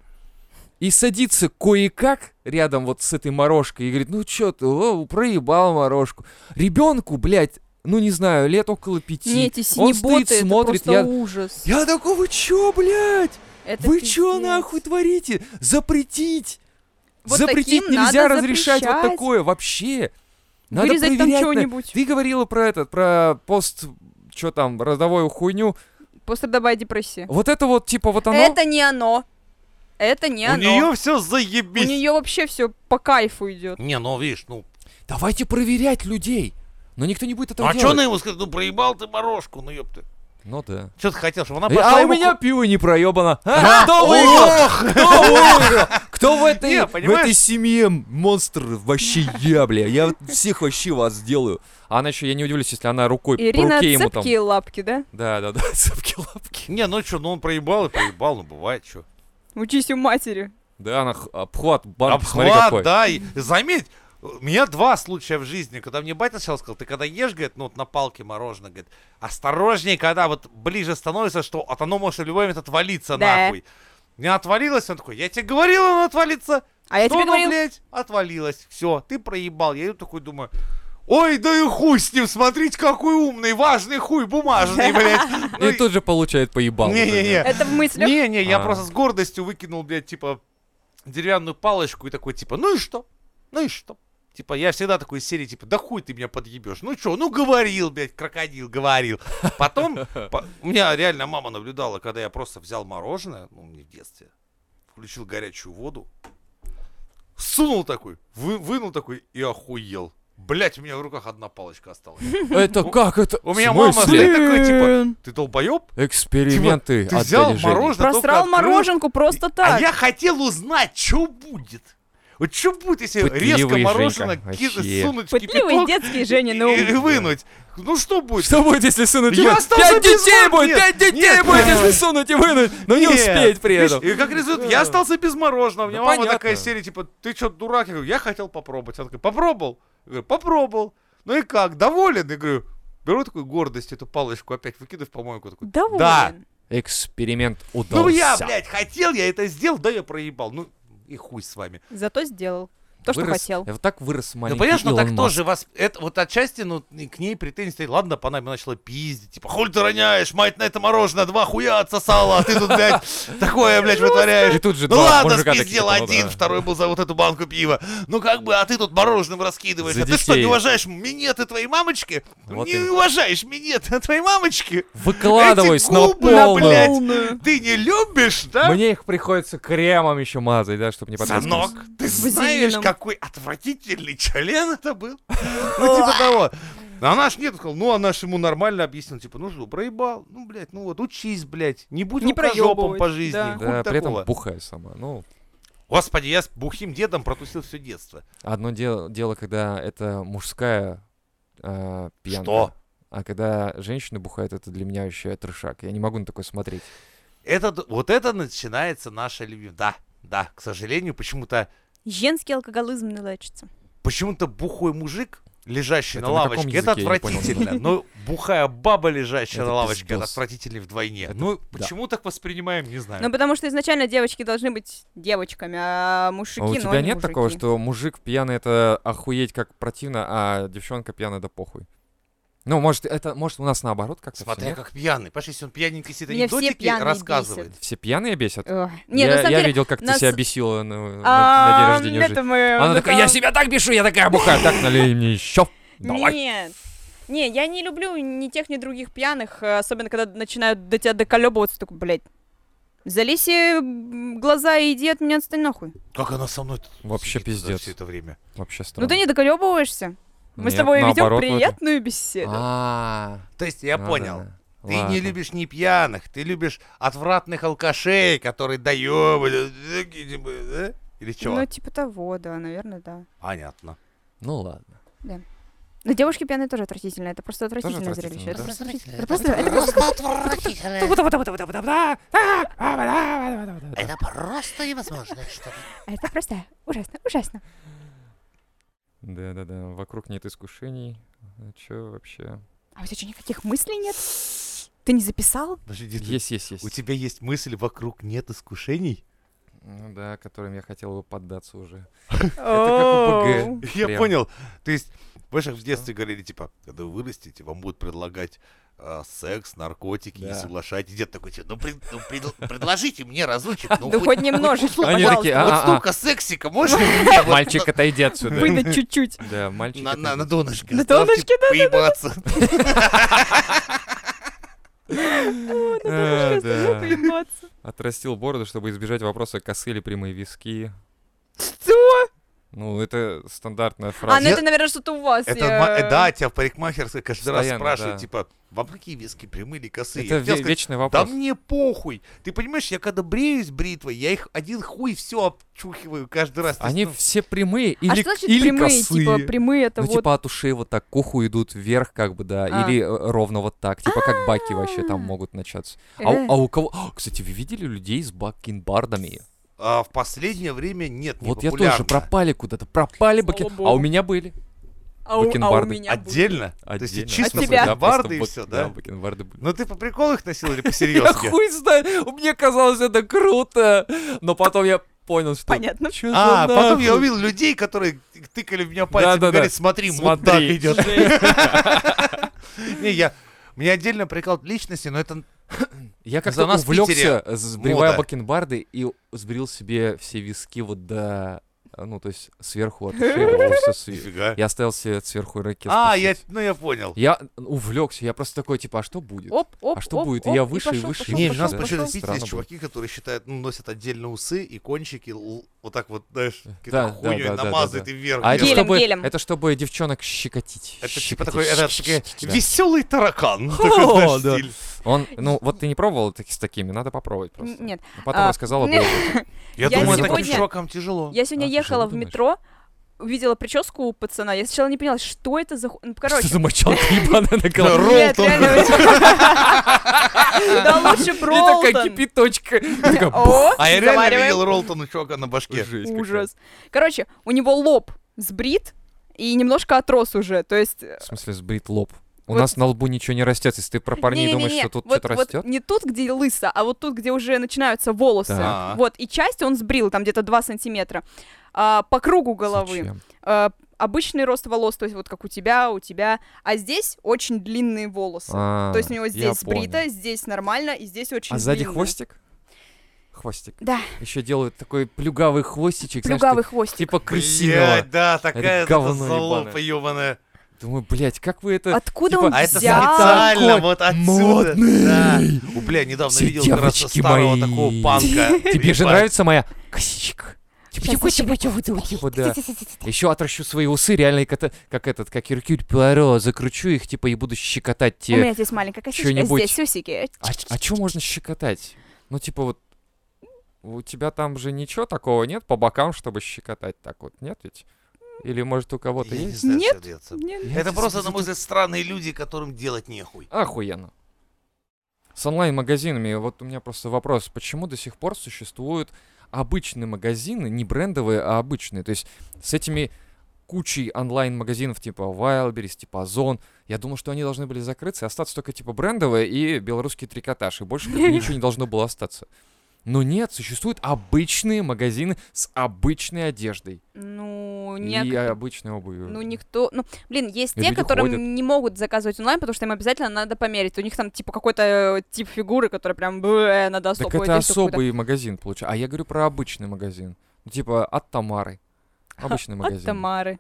[SPEAKER 2] и садится кое-как рядом вот с этой морожкой и говорит, ну чё ты, о, проебал морожку. Ребенку, блядь, ну не знаю, лет около пяти.
[SPEAKER 3] Не, эти
[SPEAKER 2] Он
[SPEAKER 3] синеботы,
[SPEAKER 2] стоит,
[SPEAKER 3] это
[SPEAKER 2] смотрит,
[SPEAKER 3] просто
[SPEAKER 2] я...
[SPEAKER 3] ужас.
[SPEAKER 2] Я такой, вы чё, блядь?
[SPEAKER 3] Это
[SPEAKER 2] Вы чё
[SPEAKER 3] пиздец.
[SPEAKER 2] нахуй творите? Запретить!
[SPEAKER 3] Вот
[SPEAKER 2] Запретить
[SPEAKER 3] таким
[SPEAKER 2] нельзя
[SPEAKER 3] надо
[SPEAKER 2] разрешать вот
[SPEAKER 3] запрещать.
[SPEAKER 2] такое вообще. Надо
[SPEAKER 3] Вырезать там
[SPEAKER 2] проверять на-
[SPEAKER 3] чего-нибудь.
[SPEAKER 2] Ты говорила про этот, про пост... Что там, родовую хуйню.
[SPEAKER 3] Пострадовая депрессия.
[SPEAKER 2] Вот это вот, типа, вот оно...
[SPEAKER 3] Это не оно. Это не
[SPEAKER 5] У
[SPEAKER 3] оно.
[SPEAKER 5] нее все
[SPEAKER 3] У
[SPEAKER 5] заебись.
[SPEAKER 3] нее вообще все по кайфу идет.
[SPEAKER 5] Не, ну видишь, ну.
[SPEAKER 2] Давайте проверять людей. Но никто не будет
[SPEAKER 5] Ну,
[SPEAKER 2] этого
[SPEAKER 5] а
[SPEAKER 2] делать.
[SPEAKER 5] что она ему сказала? Ну проебал ты морожку, ну ёпты.
[SPEAKER 2] Ну да.
[SPEAKER 5] Что ты хотел, чтобы она пошла
[SPEAKER 2] А у
[SPEAKER 5] ему
[SPEAKER 2] меня
[SPEAKER 5] ку-
[SPEAKER 2] пиво не проебано. А, Кто выиграл? Кто выиграл? Кто в этой,
[SPEAKER 5] Не,
[SPEAKER 2] в
[SPEAKER 5] понимаешь?
[SPEAKER 2] этой семье монстров вообще я, бля? Я вот всех вообще вас сделаю. А она еще, я не удивлюсь, если она рукой по
[SPEAKER 3] Ирина
[SPEAKER 2] руке Ну, ему там.
[SPEAKER 3] цепкие лапки, да?
[SPEAKER 2] Да, да, да, цепки лапки.
[SPEAKER 5] Не, ну что, ну он проебал и проебал, ну бывает что.
[SPEAKER 3] Учись у матери.
[SPEAKER 2] Да, она х- обхват банки, смотри какой.
[SPEAKER 5] Обхват, да, и заметь, у меня два случая в жизни, когда мне батя сначала сказал, ты когда ешь, говорит, ну вот на палке мороженое, говорит, осторожней, когда вот ближе становится, что от оно может в любой момент отвалиться
[SPEAKER 3] Да.
[SPEAKER 5] нахуй. Не отвалилось, он такой, я тебе говорил, оно отвалится.
[SPEAKER 3] А я
[SPEAKER 5] Что
[SPEAKER 3] тебе
[SPEAKER 5] оно,
[SPEAKER 3] говорил,
[SPEAKER 5] блядь, отвалилось. Все, ты проебал. Я иду такой думаю, ой, да и хуй с ним, смотрите, какой умный, важный хуй, бумажный, блядь. Ну
[SPEAKER 2] И
[SPEAKER 5] и-
[SPEAKER 2] тут же получает поебал.
[SPEAKER 5] Не-не-не.
[SPEAKER 3] это в мыслях.
[SPEAKER 5] Не-не, я
[SPEAKER 2] А.
[SPEAKER 5] просто с гордостью выкинул, блядь, типа, деревянную палочку и такой, типа, ну и что? Ну и что? Типа, я всегда такой из серии, типа, да хуй ты меня подъебешь. Ну чё, ну говорил, блядь, крокодил, говорил. Потом, по- у меня реально мама наблюдала, когда я просто взял мороженое, ну, мне в детстве, включил горячую воду, сунул такой, вы- вынул такой и охуел. Блять, у меня в руках одна палочка осталась.
[SPEAKER 2] Это как это?
[SPEAKER 5] У
[SPEAKER 2] В
[SPEAKER 5] меня мама
[SPEAKER 2] смысле?
[SPEAKER 5] стоит такая, типа,
[SPEAKER 3] Блин.
[SPEAKER 5] ты долбоеб?
[SPEAKER 2] Эксперименты
[SPEAKER 5] Ты
[SPEAKER 2] от
[SPEAKER 5] взял
[SPEAKER 2] Дяди Жени.
[SPEAKER 5] мороженое, только
[SPEAKER 3] Просрал
[SPEAKER 5] открыл,
[SPEAKER 3] мороженку просто
[SPEAKER 5] а
[SPEAKER 3] так.
[SPEAKER 5] я хотел узнать, что будет. Вот что будет, если резко
[SPEAKER 2] Пытливый
[SPEAKER 5] мороженое
[SPEAKER 2] Женька,
[SPEAKER 5] ки-
[SPEAKER 2] вообще.
[SPEAKER 5] сунуть в
[SPEAKER 3] Пытливый
[SPEAKER 5] кипяток
[SPEAKER 3] детский Женя,
[SPEAKER 5] и,
[SPEAKER 3] ну.
[SPEAKER 5] и вынуть? Ну что будет?
[SPEAKER 2] Что будет, если сунуть и
[SPEAKER 5] Я
[SPEAKER 2] вынуть?
[SPEAKER 5] остался
[SPEAKER 2] Пять
[SPEAKER 5] без
[SPEAKER 2] детей
[SPEAKER 5] мам,
[SPEAKER 2] будет!
[SPEAKER 5] нет.
[SPEAKER 2] Пять детей
[SPEAKER 5] Нет,
[SPEAKER 2] будет,
[SPEAKER 5] нет.
[SPEAKER 2] если сунуть и вынуть! Но Ну, не
[SPEAKER 5] Нет.
[SPEAKER 2] успеть при
[SPEAKER 5] Видишь,
[SPEAKER 2] этом.
[SPEAKER 5] И как результат, я остался без мороженого. У меня
[SPEAKER 2] Да
[SPEAKER 5] мама
[SPEAKER 2] понятно.
[SPEAKER 5] такая серия, типа, ты что, дурак? Я говорю, я хотел попробовать. Она такая, попробовал? Я говорю, попробовал. Ну и как, доволен? Я говорю, беру такую гордость, эту палочку опять выкидываю в помойку. Такой,
[SPEAKER 3] Доволен.
[SPEAKER 5] Да.
[SPEAKER 2] Эксперимент удался.
[SPEAKER 5] ну я, блядь, хотел, я это сделал, да я проебал. Ну и хуй с вами.
[SPEAKER 3] Зато сделал. То, что
[SPEAKER 2] Вырос-
[SPEAKER 3] хотел.
[SPEAKER 2] Я вот так вырос маленький
[SPEAKER 5] Ну, понимаешь, ну так
[SPEAKER 2] Илон Маск.
[SPEAKER 5] тоже вас... Это, вот отчасти, ну, и к ней претензии стоит. Ладно, по нами начала пиздить. Типа, хуй ты роняешь, мать на это мороженое, два хуя отсосала, а ты тут, блядь, такое, блядь,
[SPEAKER 2] И
[SPEAKER 5] вытворяешь.
[SPEAKER 2] тут же
[SPEAKER 5] Ну
[SPEAKER 2] два
[SPEAKER 5] ладно,
[SPEAKER 2] мужика таких,
[SPEAKER 5] спиздил
[SPEAKER 2] ну да.
[SPEAKER 5] один, второй был за вот эту банку пива. Ну как бы, а ты тут мороженым раскидываешь.
[SPEAKER 2] За
[SPEAKER 5] А ты что, не
[SPEAKER 2] детей.
[SPEAKER 5] уважаешь минеты твоей мамочки?
[SPEAKER 2] Вот
[SPEAKER 5] Не
[SPEAKER 2] и-
[SPEAKER 5] уважаешь минеты твоей мамочки?
[SPEAKER 2] Выкладывай
[SPEAKER 5] Эти
[SPEAKER 2] снова
[SPEAKER 5] губы, да,
[SPEAKER 2] полную.
[SPEAKER 5] блядь.
[SPEAKER 3] Полную.
[SPEAKER 5] Ты не любишь, да?
[SPEAKER 2] Мне их приходится кремом еще мазать, да, чтобы не
[SPEAKER 5] Санок,
[SPEAKER 2] потрескаться.
[SPEAKER 5] ты знаешь,
[SPEAKER 3] Вазелином.
[SPEAKER 5] какой отвратительный член это был? Ну, типа того. А она ж нет, сказал, ну, она ж ему нормально объяснила, типа, ну что, проебал, ну, блядь, ну вот, учись, блядь, не будь
[SPEAKER 3] Не
[SPEAKER 5] рукожопом
[SPEAKER 3] проебывать,
[SPEAKER 5] по жизни,
[SPEAKER 3] да.
[SPEAKER 5] хуй
[SPEAKER 2] Да, при этом
[SPEAKER 5] такого.
[SPEAKER 2] бухай сама. Ну,
[SPEAKER 5] Господи, я с бухим дедом протусил все детство.
[SPEAKER 2] одно дело, дело когда это мужская э, пьянка.
[SPEAKER 5] Что?
[SPEAKER 2] А когда женщины бухают, это для меня вообще трешак. Я не могу на такое смотреть.
[SPEAKER 5] Это, д- вот это начинается наша любовь. Да, да, к сожалению, почему-то,
[SPEAKER 3] Женский алкоголизм не лечится.
[SPEAKER 5] почему-то бухой мужик, лежащий
[SPEAKER 2] Это
[SPEAKER 5] на
[SPEAKER 2] на каком
[SPEAKER 5] лавочке, это
[SPEAKER 2] языке, я не понял.
[SPEAKER 5] отвратительно. Но бухая баба, лежащая
[SPEAKER 2] Это
[SPEAKER 5] на лавочке, это
[SPEAKER 2] пиздос.
[SPEAKER 5] отвратительнее вдвойне.
[SPEAKER 2] Это-
[SPEAKER 5] Ну,
[SPEAKER 2] да.
[SPEAKER 5] почему так воспринимаем, не знаю.
[SPEAKER 3] Ну, потому что изначально девочки должны быть девочками, а мужики,
[SPEAKER 2] а у
[SPEAKER 3] ну,
[SPEAKER 2] тебя
[SPEAKER 3] они
[SPEAKER 2] нет
[SPEAKER 3] мужики.
[SPEAKER 2] такого, что мужик пьяный это охуеть как противно, а девчонка пьяная да похуй. Ну, может, это может у нас наоборот как-то. всё,
[SPEAKER 5] Смотря
[SPEAKER 2] нет?
[SPEAKER 5] как пьяный. Понимаешь, если он пьяненький сидит,
[SPEAKER 3] Меня все
[SPEAKER 5] анекдотики
[SPEAKER 3] пьяные
[SPEAKER 5] рассказывает.
[SPEAKER 2] Все пьяные бесят.
[SPEAKER 3] Ой. Не,
[SPEAKER 2] я,
[SPEAKER 3] на самом
[SPEAKER 2] я
[SPEAKER 3] деле...
[SPEAKER 2] видел, как
[SPEAKER 3] нас-
[SPEAKER 2] ты себя бесила на, на- на
[SPEAKER 3] а,
[SPEAKER 2] день рождения
[SPEAKER 3] это мы...
[SPEAKER 2] Жени. Она
[SPEAKER 3] ну,
[SPEAKER 2] такая,
[SPEAKER 3] там-
[SPEAKER 2] я себя так бешу, я такая бухаю, так налей мне еще. Давай.
[SPEAKER 3] Нет. Не, я не люблю ни тех, ни других пьяных, э, особенно когда начинают до тебя доколебываться, такой, блядь, залезь себе в глаза и иди от меня отстань нахуй.
[SPEAKER 5] Как она со мной тут
[SPEAKER 2] Вообще
[SPEAKER 5] сидит за
[SPEAKER 2] пиздец.
[SPEAKER 5] все это время?
[SPEAKER 2] Вообще
[SPEAKER 3] Ну
[SPEAKER 2] странно.
[SPEAKER 3] ты не доколебываешься. Мы с
[SPEAKER 2] Нет,
[SPEAKER 3] тобой ведем
[SPEAKER 2] наоборот, вроде.
[SPEAKER 3] приятную беседу.
[SPEAKER 2] А,
[SPEAKER 5] То есть я
[SPEAKER 2] ну
[SPEAKER 5] понял.
[SPEAKER 2] да.
[SPEAKER 5] Ты
[SPEAKER 2] Ладно.
[SPEAKER 5] не любишь не пьяных, ты любишь отвратных алкашей, которые доебывают. такие, типа, да? Или чего?
[SPEAKER 3] Ну, типа того, да, наверное, да.
[SPEAKER 5] Понятно.
[SPEAKER 2] Ну ладно.
[SPEAKER 3] Но девушки пьяные тоже отвратительно, это просто отвратительное
[SPEAKER 2] отвратительно,
[SPEAKER 3] зрелище. Это
[SPEAKER 2] да.
[SPEAKER 3] просто отвратительно.
[SPEAKER 4] Это
[SPEAKER 3] Это просто- это просто- А,
[SPEAKER 4] Это просто невозможно, что ли?
[SPEAKER 3] а это просто ужасно, ужасно.
[SPEAKER 2] Да-да-да, вокруг нет искушений. А чё вообще?
[SPEAKER 3] А у тебя что, никаких мыслей нет? Ты не записал?
[SPEAKER 5] Подожди, ты-
[SPEAKER 2] Есть, есть, есть.
[SPEAKER 5] У тебя есть мысль, вокруг нет искушений?
[SPEAKER 2] Ну да, которым я хотел бы поддаться уже.
[SPEAKER 3] Оу.
[SPEAKER 2] ОПГ.
[SPEAKER 5] Я
[SPEAKER 2] Прям.
[SPEAKER 5] понял. То есть, в в детстве говорили, типа, когда вы вырастете, вам будут предлагать а, секс, наркотики, не
[SPEAKER 2] Да.
[SPEAKER 5] соглашайтесь. Дед такой, «Чё, ну, пред- ну, предл- предложите мне разочек. Ну,
[SPEAKER 3] Да хоть немножечко,
[SPEAKER 5] кусок,
[SPEAKER 2] Они
[SPEAKER 5] пожалуйста.
[SPEAKER 2] такие,
[SPEAKER 5] Вот
[SPEAKER 2] «А-а-а».
[SPEAKER 5] столько сексика, можно мне? Вот
[SPEAKER 2] Мальчик, отойди отсюда.
[SPEAKER 3] Выдать чуть-чуть.
[SPEAKER 2] Да, мальчик.
[SPEAKER 5] На, на,
[SPEAKER 2] отойди.
[SPEAKER 5] на донышке.
[SPEAKER 3] На
[SPEAKER 5] оставьте
[SPEAKER 3] донышке,
[SPEAKER 5] Поебаться.
[SPEAKER 2] А,
[SPEAKER 3] ну
[SPEAKER 2] да.
[SPEAKER 3] Поебаться.
[SPEAKER 2] Отрастил бороду, чтобы избежать вопроса, косы или прямые виски.
[SPEAKER 3] Что?
[SPEAKER 2] Ну, это стандартная фраза.
[SPEAKER 3] А, ну это, наверное, что-то у вас.
[SPEAKER 5] Это,
[SPEAKER 3] я-
[SPEAKER 5] ма- э, да, тебя в парикмахерской каждый раз
[SPEAKER 2] Постоянно,
[SPEAKER 5] спрашивают,
[SPEAKER 2] да.
[SPEAKER 5] типа, вам какие виски, прямые или косые?
[SPEAKER 2] Это
[SPEAKER 5] Я хотел
[SPEAKER 2] ве-
[SPEAKER 5] сказать,
[SPEAKER 2] вечный
[SPEAKER 5] Да
[SPEAKER 2] вопрос.
[SPEAKER 5] мне похуй. Ты понимаешь, я когда бреюсь бритвой, я их один хуй все обчухиваю каждый раз. То есть,
[SPEAKER 2] Они
[SPEAKER 5] ну,
[SPEAKER 2] все прямые или,
[SPEAKER 3] А что значит
[SPEAKER 2] или
[SPEAKER 3] прямые?
[SPEAKER 2] косые.
[SPEAKER 3] Типа прямые это
[SPEAKER 2] ну,
[SPEAKER 3] вот...
[SPEAKER 2] типа от ушей вот так к уху идут вверх, как бы, да,
[SPEAKER 3] А.
[SPEAKER 2] или э, ровно вот так, типа как баки вообще там могут начаться. А, у-
[SPEAKER 3] э.
[SPEAKER 2] а у кого... А, кстати, вы видели людей с бакенбардами?
[SPEAKER 5] а в последнее время нет, не
[SPEAKER 2] вот я
[SPEAKER 5] популярно.
[SPEAKER 2] тоже, пропали куда-то, пропали
[SPEAKER 3] Слава
[SPEAKER 2] бакен...
[SPEAKER 3] богу.
[SPEAKER 2] А у меня были.
[SPEAKER 3] А у- а у
[SPEAKER 2] бакенбарды.
[SPEAKER 3] меня будет.
[SPEAKER 5] Отдельно? То есть
[SPEAKER 2] Отдельно.
[SPEAKER 5] чисто
[SPEAKER 3] От А тебя.
[SPEAKER 2] Да, просто
[SPEAKER 5] бакенбарды и
[SPEAKER 2] бак-
[SPEAKER 5] все, да?
[SPEAKER 2] Да, бакенбарды были.
[SPEAKER 5] Ну ты по приколу их носил или
[SPEAKER 2] Я
[SPEAKER 5] посерьезки?
[SPEAKER 2] хуй знаю, мне казалось это круто, но потом я понял, что...
[SPEAKER 3] Понятно.
[SPEAKER 2] «Чё за
[SPEAKER 5] А, потом я
[SPEAKER 2] нахуй?»
[SPEAKER 5] увидел людей, которые тыкали в меня пальцем
[SPEAKER 2] Да-да-да.
[SPEAKER 5] и говорят, смотри, мудак
[SPEAKER 2] Смотри.
[SPEAKER 5] идет. Не, я... Мне отдельно прикол личности, но это...
[SPEAKER 2] Я
[SPEAKER 5] За
[SPEAKER 2] как-то
[SPEAKER 5] нас в
[SPEAKER 2] увлекся, э, сбривая
[SPEAKER 5] мода.
[SPEAKER 2] бакенбарды, и сбрил себе все виски вот до... Ну, то есть сверху от все сверху.
[SPEAKER 5] Нифига.
[SPEAKER 2] Я оставил себе сверху ракет.
[SPEAKER 5] А, я... Ну я понял.
[SPEAKER 2] Я увлекся, я просто такой, типа, а что будет?
[SPEAKER 3] Оп, оп,
[SPEAKER 2] А что
[SPEAKER 3] оп,
[SPEAKER 2] будет?
[SPEAKER 3] оп,
[SPEAKER 2] Я
[SPEAKER 3] и
[SPEAKER 2] выше и
[SPEAKER 3] пошёл,
[SPEAKER 2] выше.
[SPEAKER 3] пошёл,
[SPEAKER 5] Не, у
[SPEAKER 2] пошёл,
[SPEAKER 5] нас
[SPEAKER 2] да.
[SPEAKER 5] почему-то в Питере
[SPEAKER 2] Странно
[SPEAKER 5] есть
[SPEAKER 2] было.
[SPEAKER 5] чуваки, которые считают, ну, носят отдельно усы и кончики, л- вот так вот, знаешь,
[SPEAKER 2] Да,
[SPEAKER 5] какой-то
[SPEAKER 2] да,
[SPEAKER 5] хуйней
[SPEAKER 2] да, да,
[SPEAKER 5] намазывают
[SPEAKER 2] да.
[SPEAKER 5] и вверх.
[SPEAKER 2] А это
[SPEAKER 5] делают.
[SPEAKER 3] Гелем,
[SPEAKER 2] чтобы,
[SPEAKER 3] гелем.
[SPEAKER 2] это чтобы девчонок щекотить.
[SPEAKER 5] Это типа
[SPEAKER 2] Щекотить.
[SPEAKER 5] такой, это такой
[SPEAKER 2] Щ-щ-щ, да.
[SPEAKER 5] веселый таракан.
[SPEAKER 2] О,
[SPEAKER 5] Такой, знаешь,
[SPEAKER 2] да.
[SPEAKER 5] стиль.
[SPEAKER 2] Он, ну, вот ты не пробовал так- с такими, надо попробовать просто.
[SPEAKER 3] Н- Нет.
[SPEAKER 2] Ну, Потом
[SPEAKER 3] А,
[SPEAKER 2] рассказала
[SPEAKER 3] нет.
[SPEAKER 2] бы.
[SPEAKER 5] Я
[SPEAKER 3] Я
[SPEAKER 5] думаю, таким
[SPEAKER 2] сегодня-
[SPEAKER 5] чувакам тяжело.
[SPEAKER 3] Я сегодня
[SPEAKER 2] А, ты
[SPEAKER 3] ехала
[SPEAKER 2] что
[SPEAKER 3] в
[SPEAKER 2] думаешь?
[SPEAKER 3] метро, увидела прическу у пацана. Я сначала не поняла, что это за... ху- Ну, короче,
[SPEAKER 2] Что за мочалка ебаная на голове?
[SPEAKER 3] Нет,
[SPEAKER 5] Ролтон.
[SPEAKER 3] реально. Да лучше
[SPEAKER 2] И такая
[SPEAKER 3] Бролтон.
[SPEAKER 2] кипяточка. И такая,
[SPEAKER 3] О,
[SPEAKER 5] А я реально
[SPEAKER 3] завариваем.
[SPEAKER 5] видел Ролтон у чувака на башке.
[SPEAKER 2] Жесть какая.
[SPEAKER 3] Ужас. Короче, у него лоб сбрит и немножко отрос уже. То есть... э,
[SPEAKER 2] В смысле, сбрит лоб. У
[SPEAKER 3] Вот-
[SPEAKER 2] нас на лбу ничего не растет, если ты про парней думаешь,
[SPEAKER 3] не-не-не-не,
[SPEAKER 2] что тут
[SPEAKER 3] вот-
[SPEAKER 2] что-то
[SPEAKER 3] вот
[SPEAKER 2] растет.
[SPEAKER 3] не тут, где лысо, а вот тут, где уже начинаются волосы.
[SPEAKER 5] Так.
[SPEAKER 3] Вот, и часть он сбрил, там где-то 2 сантиметра. А, по кругу головы.
[SPEAKER 2] Зачем?
[SPEAKER 3] А, обычный рост волос, то есть вот как у тебя, у тебя. А здесь очень длинные волосы.
[SPEAKER 2] А,
[SPEAKER 3] То есть у него
[SPEAKER 2] я
[SPEAKER 3] здесь сбрито,
[SPEAKER 2] понял.
[SPEAKER 3] здесь нормально, и здесь очень
[SPEAKER 2] А сзади
[SPEAKER 3] длинно.
[SPEAKER 2] хвостик? Хвостик.
[SPEAKER 3] Да.
[SPEAKER 2] Еще делают такой плюгавый хвостичек, знаешь,
[SPEAKER 3] Плюгавый
[SPEAKER 2] ты-
[SPEAKER 3] хвостик.
[SPEAKER 2] типа крысиного.
[SPEAKER 5] Блядь, да, такая
[SPEAKER 2] Это говно
[SPEAKER 5] это залупа
[SPEAKER 2] ебаное.
[SPEAKER 5] ебаная.
[SPEAKER 2] Думаю, блядь, как вы это...
[SPEAKER 3] Откуда
[SPEAKER 2] типа,
[SPEAKER 3] он
[SPEAKER 5] А это
[SPEAKER 3] взял?
[SPEAKER 5] специально
[SPEAKER 2] Такой
[SPEAKER 5] вот отсюда.
[SPEAKER 2] модный.
[SPEAKER 5] Да. У, бля, недавно
[SPEAKER 2] Все
[SPEAKER 5] видел как раз
[SPEAKER 2] девочки
[SPEAKER 5] старого
[SPEAKER 2] мои.
[SPEAKER 5] такого панка.
[SPEAKER 2] Тебе же
[SPEAKER 5] Ебать.
[SPEAKER 2] нравится моя косичка? Типа,
[SPEAKER 6] Сейчас я тебе
[SPEAKER 2] Еще типа, отращу свои усы, реально, и кота- как этот, как Юркюль Пиларо, закручу их, типа, и буду щекотать
[SPEAKER 3] У
[SPEAKER 2] те...
[SPEAKER 3] меня здесь маленькая косичка,
[SPEAKER 2] чё-нибудь.
[SPEAKER 3] здесь усики.
[SPEAKER 2] А, а чё можно щекотать? Ну, типа, вот, у тебя там же ничего такого нет по бокам, чтобы щекотать так вот, нет ведь? Или, может, у кого-то
[SPEAKER 5] Я не
[SPEAKER 2] есть?
[SPEAKER 5] знаю,
[SPEAKER 3] Нет.
[SPEAKER 5] что деться.
[SPEAKER 3] Нет.
[SPEAKER 2] Я
[SPEAKER 5] Это
[SPEAKER 2] не
[SPEAKER 5] просто,
[SPEAKER 2] знаю.
[SPEAKER 5] на мой взгляд, странные люди, которым делать нехуй.
[SPEAKER 2] Охуенно. С онлайн-магазинами, вот у меня просто вопрос, почему до сих пор существуют обычные магазины, не брендовые, а обычные? То есть с этими кучей онлайн-магазинов типа Wildberries, типа Озон, я думал, что они должны были закрыться, и остаться только типа брендовые и белорусский трикотаж, и больше как бы ничего не должно было остаться. Но нет, существуют обычные магазины с обычной одеждой
[SPEAKER 3] Ну,
[SPEAKER 2] и
[SPEAKER 3] не...
[SPEAKER 2] обычной обувью.
[SPEAKER 3] Ну, никто... Ну, блин, есть
[SPEAKER 2] И
[SPEAKER 3] те,
[SPEAKER 2] люди
[SPEAKER 3] которым
[SPEAKER 2] ходят.
[SPEAKER 3] не могут заказывать онлайн, потому что им обязательно надо померить. У них там, типа, какой-то э, тип фигуры, который прям, «Бэ, надо особую
[SPEAKER 2] Так это
[SPEAKER 3] одежду какую-то».
[SPEAKER 2] особый магазин, получается. А я говорю про обычный магазин. Ну, типа от Тамары. Обычный
[SPEAKER 3] От
[SPEAKER 2] магазин.
[SPEAKER 3] Тамары.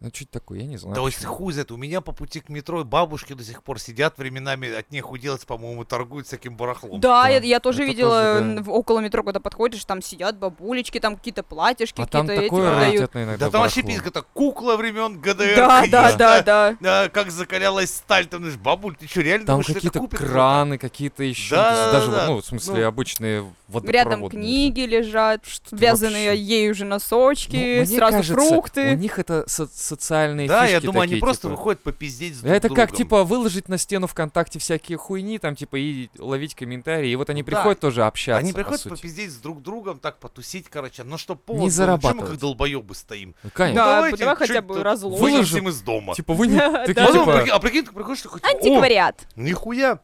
[SPEAKER 2] Ну, что такое, я не знаю.
[SPEAKER 5] Да вот хуй знает, у меня по пути к метро бабушки до сих пор сидят временами, от них уделать, по-моему, торгуют всяким барахлом.
[SPEAKER 3] Да,
[SPEAKER 2] да.
[SPEAKER 3] я, я тоже
[SPEAKER 2] Это
[SPEAKER 3] видела
[SPEAKER 2] тоже,
[SPEAKER 3] н-
[SPEAKER 2] да.
[SPEAKER 3] в- около метро, когда подходишь, там сидят бабулечки, там какие-то платьишки,
[SPEAKER 2] А
[SPEAKER 3] какие-то
[SPEAKER 2] там
[SPEAKER 3] эти
[SPEAKER 2] такое
[SPEAKER 3] продают.
[SPEAKER 2] раритетное иногда
[SPEAKER 5] Да там вообще
[SPEAKER 2] барахло.
[SPEAKER 5] пиздец, кукла времен ГДР.
[SPEAKER 3] Да, да, да, да.
[SPEAKER 5] да. Как закалялась сталь, там, знаешь, бабуль, ты что, реально
[SPEAKER 2] Там
[SPEAKER 5] думаешь, что это
[SPEAKER 2] какие-то
[SPEAKER 5] купит?
[SPEAKER 2] краны, какие-то еще.
[SPEAKER 5] Да, да,
[SPEAKER 2] даже,
[SPEAKER 5] да,
[SPEAKER 2] вот, ну, в смысле,
[SPEAKER 5] ну,
[SPEAKER 2] обычные водопроводные.
[SPEAKER 3] Рядом книги лежат,
[SPEAKER 2] Что
[SPEAKER 3] вязаные
[SPEAKER 2] вообще?
[SPEAKER 3] ею же носочки,
[SPEAKER 2] Ну, мне
[SPEAKER 3] сразу
[SPEAKER 2] кажется,
[SPEAKER 3] фрукты.
[SPEAKER 2] У них это со- социальные
[SPEAKER 5] Да,
[SPEAKER 2] фишки
[SPEAKER 5] я думаю, они
[SPEAKER 2] такие,
[SPEAKER 5] просто
[SPEAKER 2] типа.
[SPEAKER 5] выходят попиздеть с друг
[SPEAKER 2] Это как,
[SPEAKER 5] другом.
[SPEAKER 2] типа, выложить на стену ВКонтакте всякие хуйни, там, типа, и ловить комментарии. И вот они
[SPEAKER 5] Да.
[SPEAKER 2] приходят тоже общаться,
[SPEAKER 5] Они
[SPEAKER 2] по
[SPEAKER 5] приходят
[SPEAKER 2] сути.
[SPEAKER 5] попиздеть с друг другом, так потусить, короче. Но что повод? был? Ну, Чем мы
[SPEAKER 2] зарабатывать.
[SPEAKER 5] как долбоебы стоим?
[SPEAKER 2] Ну, конечно.
[SPEAKER 3] Да,
[SPEAKER 5] Давайте
[SPEAKER 3] давай хотя
[SPEAKER 5] чё-нибудь
[SPEAKER 3] бы
[SPEAKER 5] тут
[SPEAKER 3] разлом.
[SPEAKER 5] Вынесем из дома. Ну,
[SPEAKER 2] Типа, вы не...
[SPEAKER 3] Да,
[SPEAKER 2] такие,
[SPEAKER 3] да.
[SPEAKER 5] Потом
[SPEAKER 2] типа,
[SPEAKER 5] прики- А прикинь, ты приходишь, такой, типа, о,
[SPEAKER 3] Антиквариат.
[SPEAKER 5] нихуя.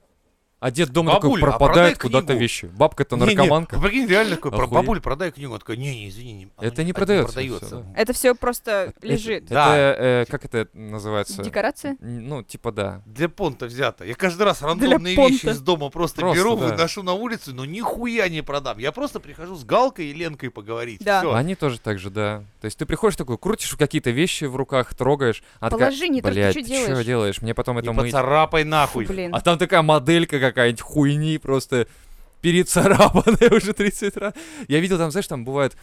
[SPEAKER 2] А дед дома такой
[SPEAKER 5] Бабуль, а
[SPEAKER 2] пропадает
[SPEAKER 5] продай
[SPEAKER 2] куда-то
[SPEAKER 5] книгу.
[SPEAKER 2] вещи. Бабка-то
[SPEAKER 5] Не-не,
[SPEAKER 2] наркоманка.
[SPEAKER 5] вы Прикинь, реально такой, про
[SPEAKER 2] Охуеть.
[SPEAKER 5] бабуль, продай книгу. Он такой, не-не, А извини. не- она
[SPEAKER 2] Это не
[SPEAKER 5] так
[SPEAKER 2] продается всё,
[SPEAKER 5] продается.
[SPEAKER 3] Это все просто лежит.
[SPEAKER 2] Это,
[SPEAKER 5] Да.
[SPEAKER 2] э, как это называется?
[SPEAKER 3] Декорация?
[SPEAKER 2] Н- Ну, типа да.
[SPEAKER 5] Для понта взято. Я каждый раз рандомные
[SPEAKER 3] понта.
[SPEAKER 5] вещи из дома просто,
[SPEAKER 2] Просто,
[SPEAKER 5] беру,
[SPEAKER 2] да.
[SPEAKER 5] выношу на улицу, но нихуя не продам. Я просто прихожу с Галкой и Ленкой поговорить.
[SPEAKER 3] Да.
[SPEAKER 5] Всё.
[SPEAKER 2] Они тоже так же, да. То есть ты приходишь такой, крутишь какие-то вещи в руках, трогаешь. А такая,
[SPEAKER 3] Положи, не то, что
[SPEAKER 2] «Блядь,
[SPEAKER 3] чё
[SPEAKER 2] ты
[SPEAKER 3] делаешь?»
[SPEAKER 2] чё делаешь? Мне потом это
[SPEAKER 5] Не
[SPEAKER 2] мыть.
[SPEAKER 5] поцарапай
[SPEAKER 3] Фу,
[SPEAKER 5] нахуй.
[SPEAKER 3] блин.
[SPEAKER 2] А там такая моделька какая-нибудь хуйни просто перецарапанная уже 30 раз. Я видел там, знаешь, там бывает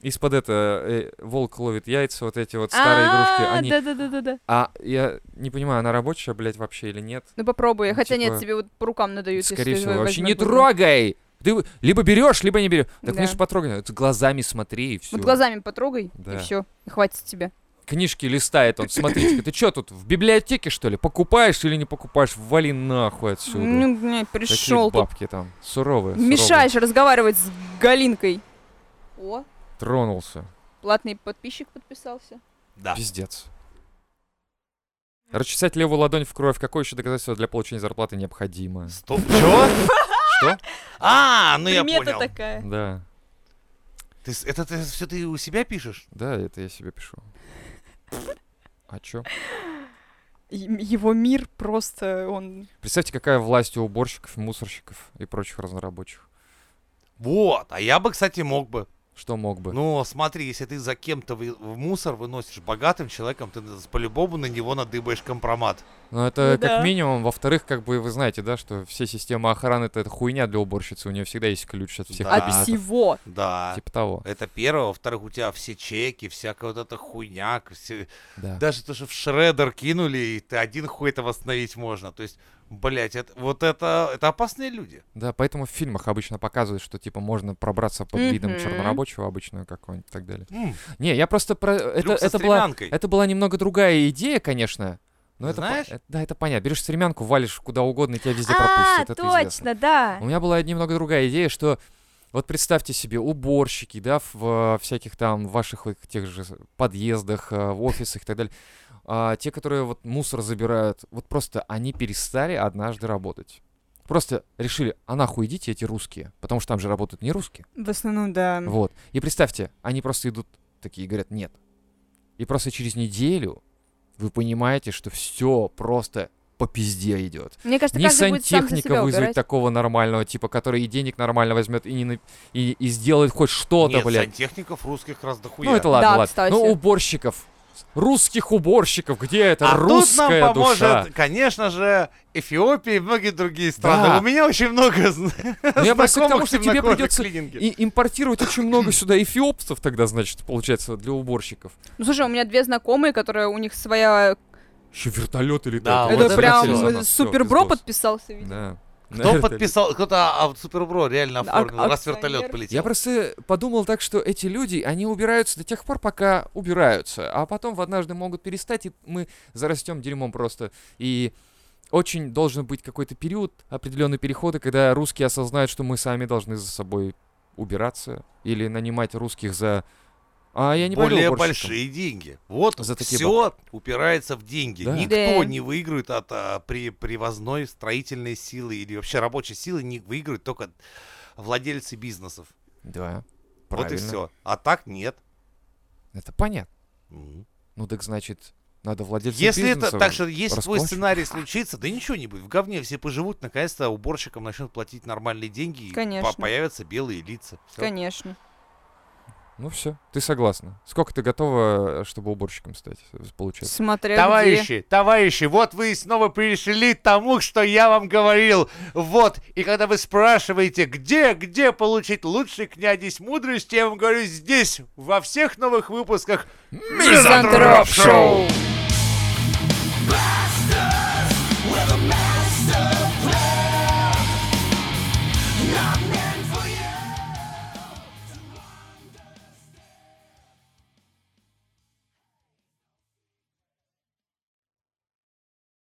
[SPEAKER 2] из-под это э, волк ловит яйца, вот эти вот старые игрушки.
[SPEAKER 3] А,
[SPEAKER 2] Они...
[SPEAKER 3] Да-да-да-да.
[SPEAKER 2] А я не понимаю, она рабочая, блядь, вообще или нет?
[SPEAKER 3] Ну попробуй,
[SPEAKER 2] Ну,
[SPEAKER 3] хотя
[SPEAKER 2] типа,
[SPEAKER 3] нет, тебе вот по рукам надают. если
[SPEAKER 2] Скорее
[SPEAKER 3] ты
[SPEAKER 2] всего, вообще
[SPEAKER 3] возьмешь
[SPEAKER 2] не
[SPEAKER 3] будешь.
[SPEAKER 2] трогай! Ты в- либо берешь, либо не берешь. Так
[SPEAKER 3] Да.
[SPEAKER 2] книжки потрогай, вот глазами смотри и все.
[SPEAKER 3] Вот глазами потрогай, и
[SPEAKER 2] Да.
[SPEAKER 3] все, хватит тебе.
[SPEAKER 2] Книжки листает он, смотрите, ты что тут, в библиотеке что ли? Покупаешь или не покупаешь? Вали нахуй отсюда.
[SPEAKER 3] Ну, блядь,
[SPEAKER 2] Такие
[SPEAKER 3] пришел тут.
[SPEAKER 2] бабки там, суровые. суровые.
[SPEAKER 3] Мешаешь разговаривать с Галинкой. О,
[SPEAKER 2] Тронулся.
[SPEAKER 3] платный подписчик подписался.
[SPEAKER 5] Да.
[SPEAKER 2] Пиздец. Расчесать левую ладонь в кровь. Какое еще доказательство для получения зарплаты необходимо?
[SPEAKER 5] Стоп. Чё?
[SPEAKER 2] Что?
[SPEAKER 5] А, ну я
[SPEAKER 3] Примета
[SPEAKER 5] понял.
[SPEAKER 3] такая.
[SPEAKER 2] Да.
[SPEAKER 5] Ты с- это ты все ты у себя пишешь?
[SPEAKER 2] Да, это я себе пишу. А чё?
[SPEAKER 3] Е- Его мир просто, он...
[SPEAKER 2] Представьте, какая власть у уборщиков, мусорщиков и прочих разнорабочих.
[SPEAKER 5] Вот, а я бы, кстати, мог бы.
[SPEAKER 2] Что мог бы?
[SPEAKER 5] Но смотри, если ты за кем-то вы- в мусор выносишь богатым человеком, ты на- по-любому на него надыбаешь компромат.
[SPEAKER 2] Ну, это
[SPEAKER 3] Ну
[SPEAKER 2] как
[SPEAKER 3] да.
[SPEAKER 2] минимум. Во-вторых, как бы вы знаете, да, что все системы охраны это, это хуйня для уборщицы. У нее всегда есть ключ от всех
[SPEAKER 5] Да.
[SPEAKER 3] От
[SPEAKER 2] кабинетов.
[SPEAKER 3] всего.
[SPEAKER 5] Да.
[SPEAKER 2] Типа того.
[SPEAKER 5] Это первое. Во-вторых, у тебя все чеки, всякая вот эта хуйня. к- все-
[SPEAKER 2] Да.
[SPEAKER 5] Даже то, что в шредер кинули, и ты один хуй это восстановить можно. То есть, блять, это, вот это, это опасные люди.
[SPEAKER 2] Да, поэтому в фильмах обычно показывают, что типа можно пробраться под видом
[SPEAKER 3] Мгм.
[SPEAKER 2] чернорабочего обычного какого-нибудь и так далее.
[SPEAKER 5] М,
[SPEAKER 2] Не, я просто про... Это,
[SPEAKER 5] Трюк со
[SPEAKER 2] это, была,
[SPEAKER 5] стремянкой.
[SPEAKER 2] это была немного другая идея, конечно. Но это по-
[SPEAKER 5] Знаешь?
[SPEAKER 2] э, да, это понятно. Берешь стремянку, валишь куда угодно, и тебя везде
[SPEAKER 3] А,
[SPEAKER 2] пропустят. это известно. Ну,
[SPEAKER 3] точно, да.
[SPEAKER 2] У меня была немного другая идея, что вот представьте себе уборщики, да, в э, всяких там ваших вот тех же с- подъездах, э, в офисах и так далее. А, те, которые вот мусор забирают, вот просто они перестали однажды работать. Просто решили, а нахуй идите эти русские, потому что там же работают не русские.
[SPEAKER 3] В основном, да.
[SPEAKER 2] Вот. И представьте, они просто идут такие и говорят «нет». И просто через неделю вы понимаете, что все просто по пизде идет.
[SPEAKER 3] Мне кажется,
[SPEAKER 2] Ни
[SPEAKER 3] каждый будет сам за
[SPEAKER 2] сантехника
[SPEAKER 3] себя
[SPEAKER 2] вызвать
[SPEAKER 3] убирать.
[SPEAKER 2] такого нормального типа, который и денег нормально возьмет и, не на- и, и сделает хоть что-то,
[SPEAKER 5] Нет,
[SPEAKER 2] блядь.
[SPEAKER 5] сантехников русских раз дохуя.
[SPEAKER 2] Ну это ладно,
[SPEAKER 3] Да,
[SPEAKER 2] ладно.
[SPEAKER 3] кстати.
[SPEAKER 2] Ну уборщиков, русских уборщиков, где это
[SPEAKER 5] а тут
[SPEAKER 2] русская
[SPEAKER 5] нам поможет,
[SPEAKER 2] душа?
[SPEAKER 5] конечно же, Эфиопия и многие другие страны.
[SPEAKER 2] Да.
[SPEAKER 5] У меня очень много зн-
[SPEAKER 2] Ну, я просто к тому,
[SPEAKER 5] знакомых
[SPEAKER 2] что тебе
[SPEAKER 5] темнокожих
[SPEAKER 2] придется
[SPEAKER 5] клининги.
[SPEAKER 2] И импортировать очень много сюда эфиопцев тогда, значит, получается, для уборщиков.
[SPEAKER 3] Ну, слушай, у меня две знакомые, которые у них своя...
[SPEAKER 2] Еще вертолеты летают.
[SPEAKER 5] Да, А,
[SPEAKER 2] Вот
[SPEAKER 5] вот
[SPEAKER 3] это
[SPEAKER 5] это интересно.
[SPEAKER 3] прям
[SPEAKER 2] интересно.
[SPEAKER 3] э, супербро
[SPEAKER 2] Всё, пиздос.
[SPEAKER 3] подписался, видимо.
[SPEAKER 2] Да.
[SPEAKER 5] Кто
[SPEAKER 2] Это-
[SPEAKER 5] подписал, кто-то а, в Супербро реально
[SPEAKER 3] Да, ак-
[SPEAKER 5] оформил, раз
[SPEAKER 3] акционер.
[SPEAKER 5] вертолет полетел.
[SPEAKER 2] Я просто подумал так, что эти люди, они убираются до тех пор, пока убираются, а потом в однажды могут перестать, и мы зарастем дерьмом просто. И очень должен быть какой-то период, определенные переходы, когда русские осознают, что мы сами должны за собой убираться или нанимать русских за... А я не понял
[SPEAKER 5] Более
[SPEAKER 2] уборщиком.
[SPEAKER 5] большие деньги. Вот
[SPEAKER 2] За такие
[SPEAKER 5] все упирается в деньги.
[SPEAKER 2] Да.
[SPEAKER 5] Никто
[SPEAKER 3] Да.
[SPEAKER 5] не выиграет от а, при, привозной строительной силы или вообще рабочей силы не выиграют только владельцы бизнесов.
[SPEAKER 2] Да, правильно.
[SPEAKER 5] Вот и все. А так нет.
[SPEAKER 2] Это понятно.
[SPEAKER 5] Мгм.
[SPEAKER 2] Ну так значит, надо владельцам
[SPEAKER 5] Если это
[SPEAKER 2] бизнеса
[SPEAKER 5] так что, если твой
[SPEAKER 2] раскулачивать.
[SPEAKER 5] сценарий случится, да ничего не будет. В говне все поживут, наконец-то уборщикам начнут платить нормальные деньги, и по-
[SPEAKER 3] Конечно.
[SPEAKER 5] появятся белые лица. Всё.
[SPEAKER 3] Конечно.
[SPEAKER 2] Ну все, ты согласна. Сколько ты готова, э, чтобы уборщиком стать, получается?
[SPEAKER 3] Смотря где.
[SPEAKER 5] Товарищи, товарищи, вот вы и снова пришли к тому, что я вам говорил. Вот, и когда вы спрашиваете, где, где получить лучший князь мудрости, я вам говорю здесь, во всех новых выпусках
[SPEAKER 3] Мизантроп Шоу!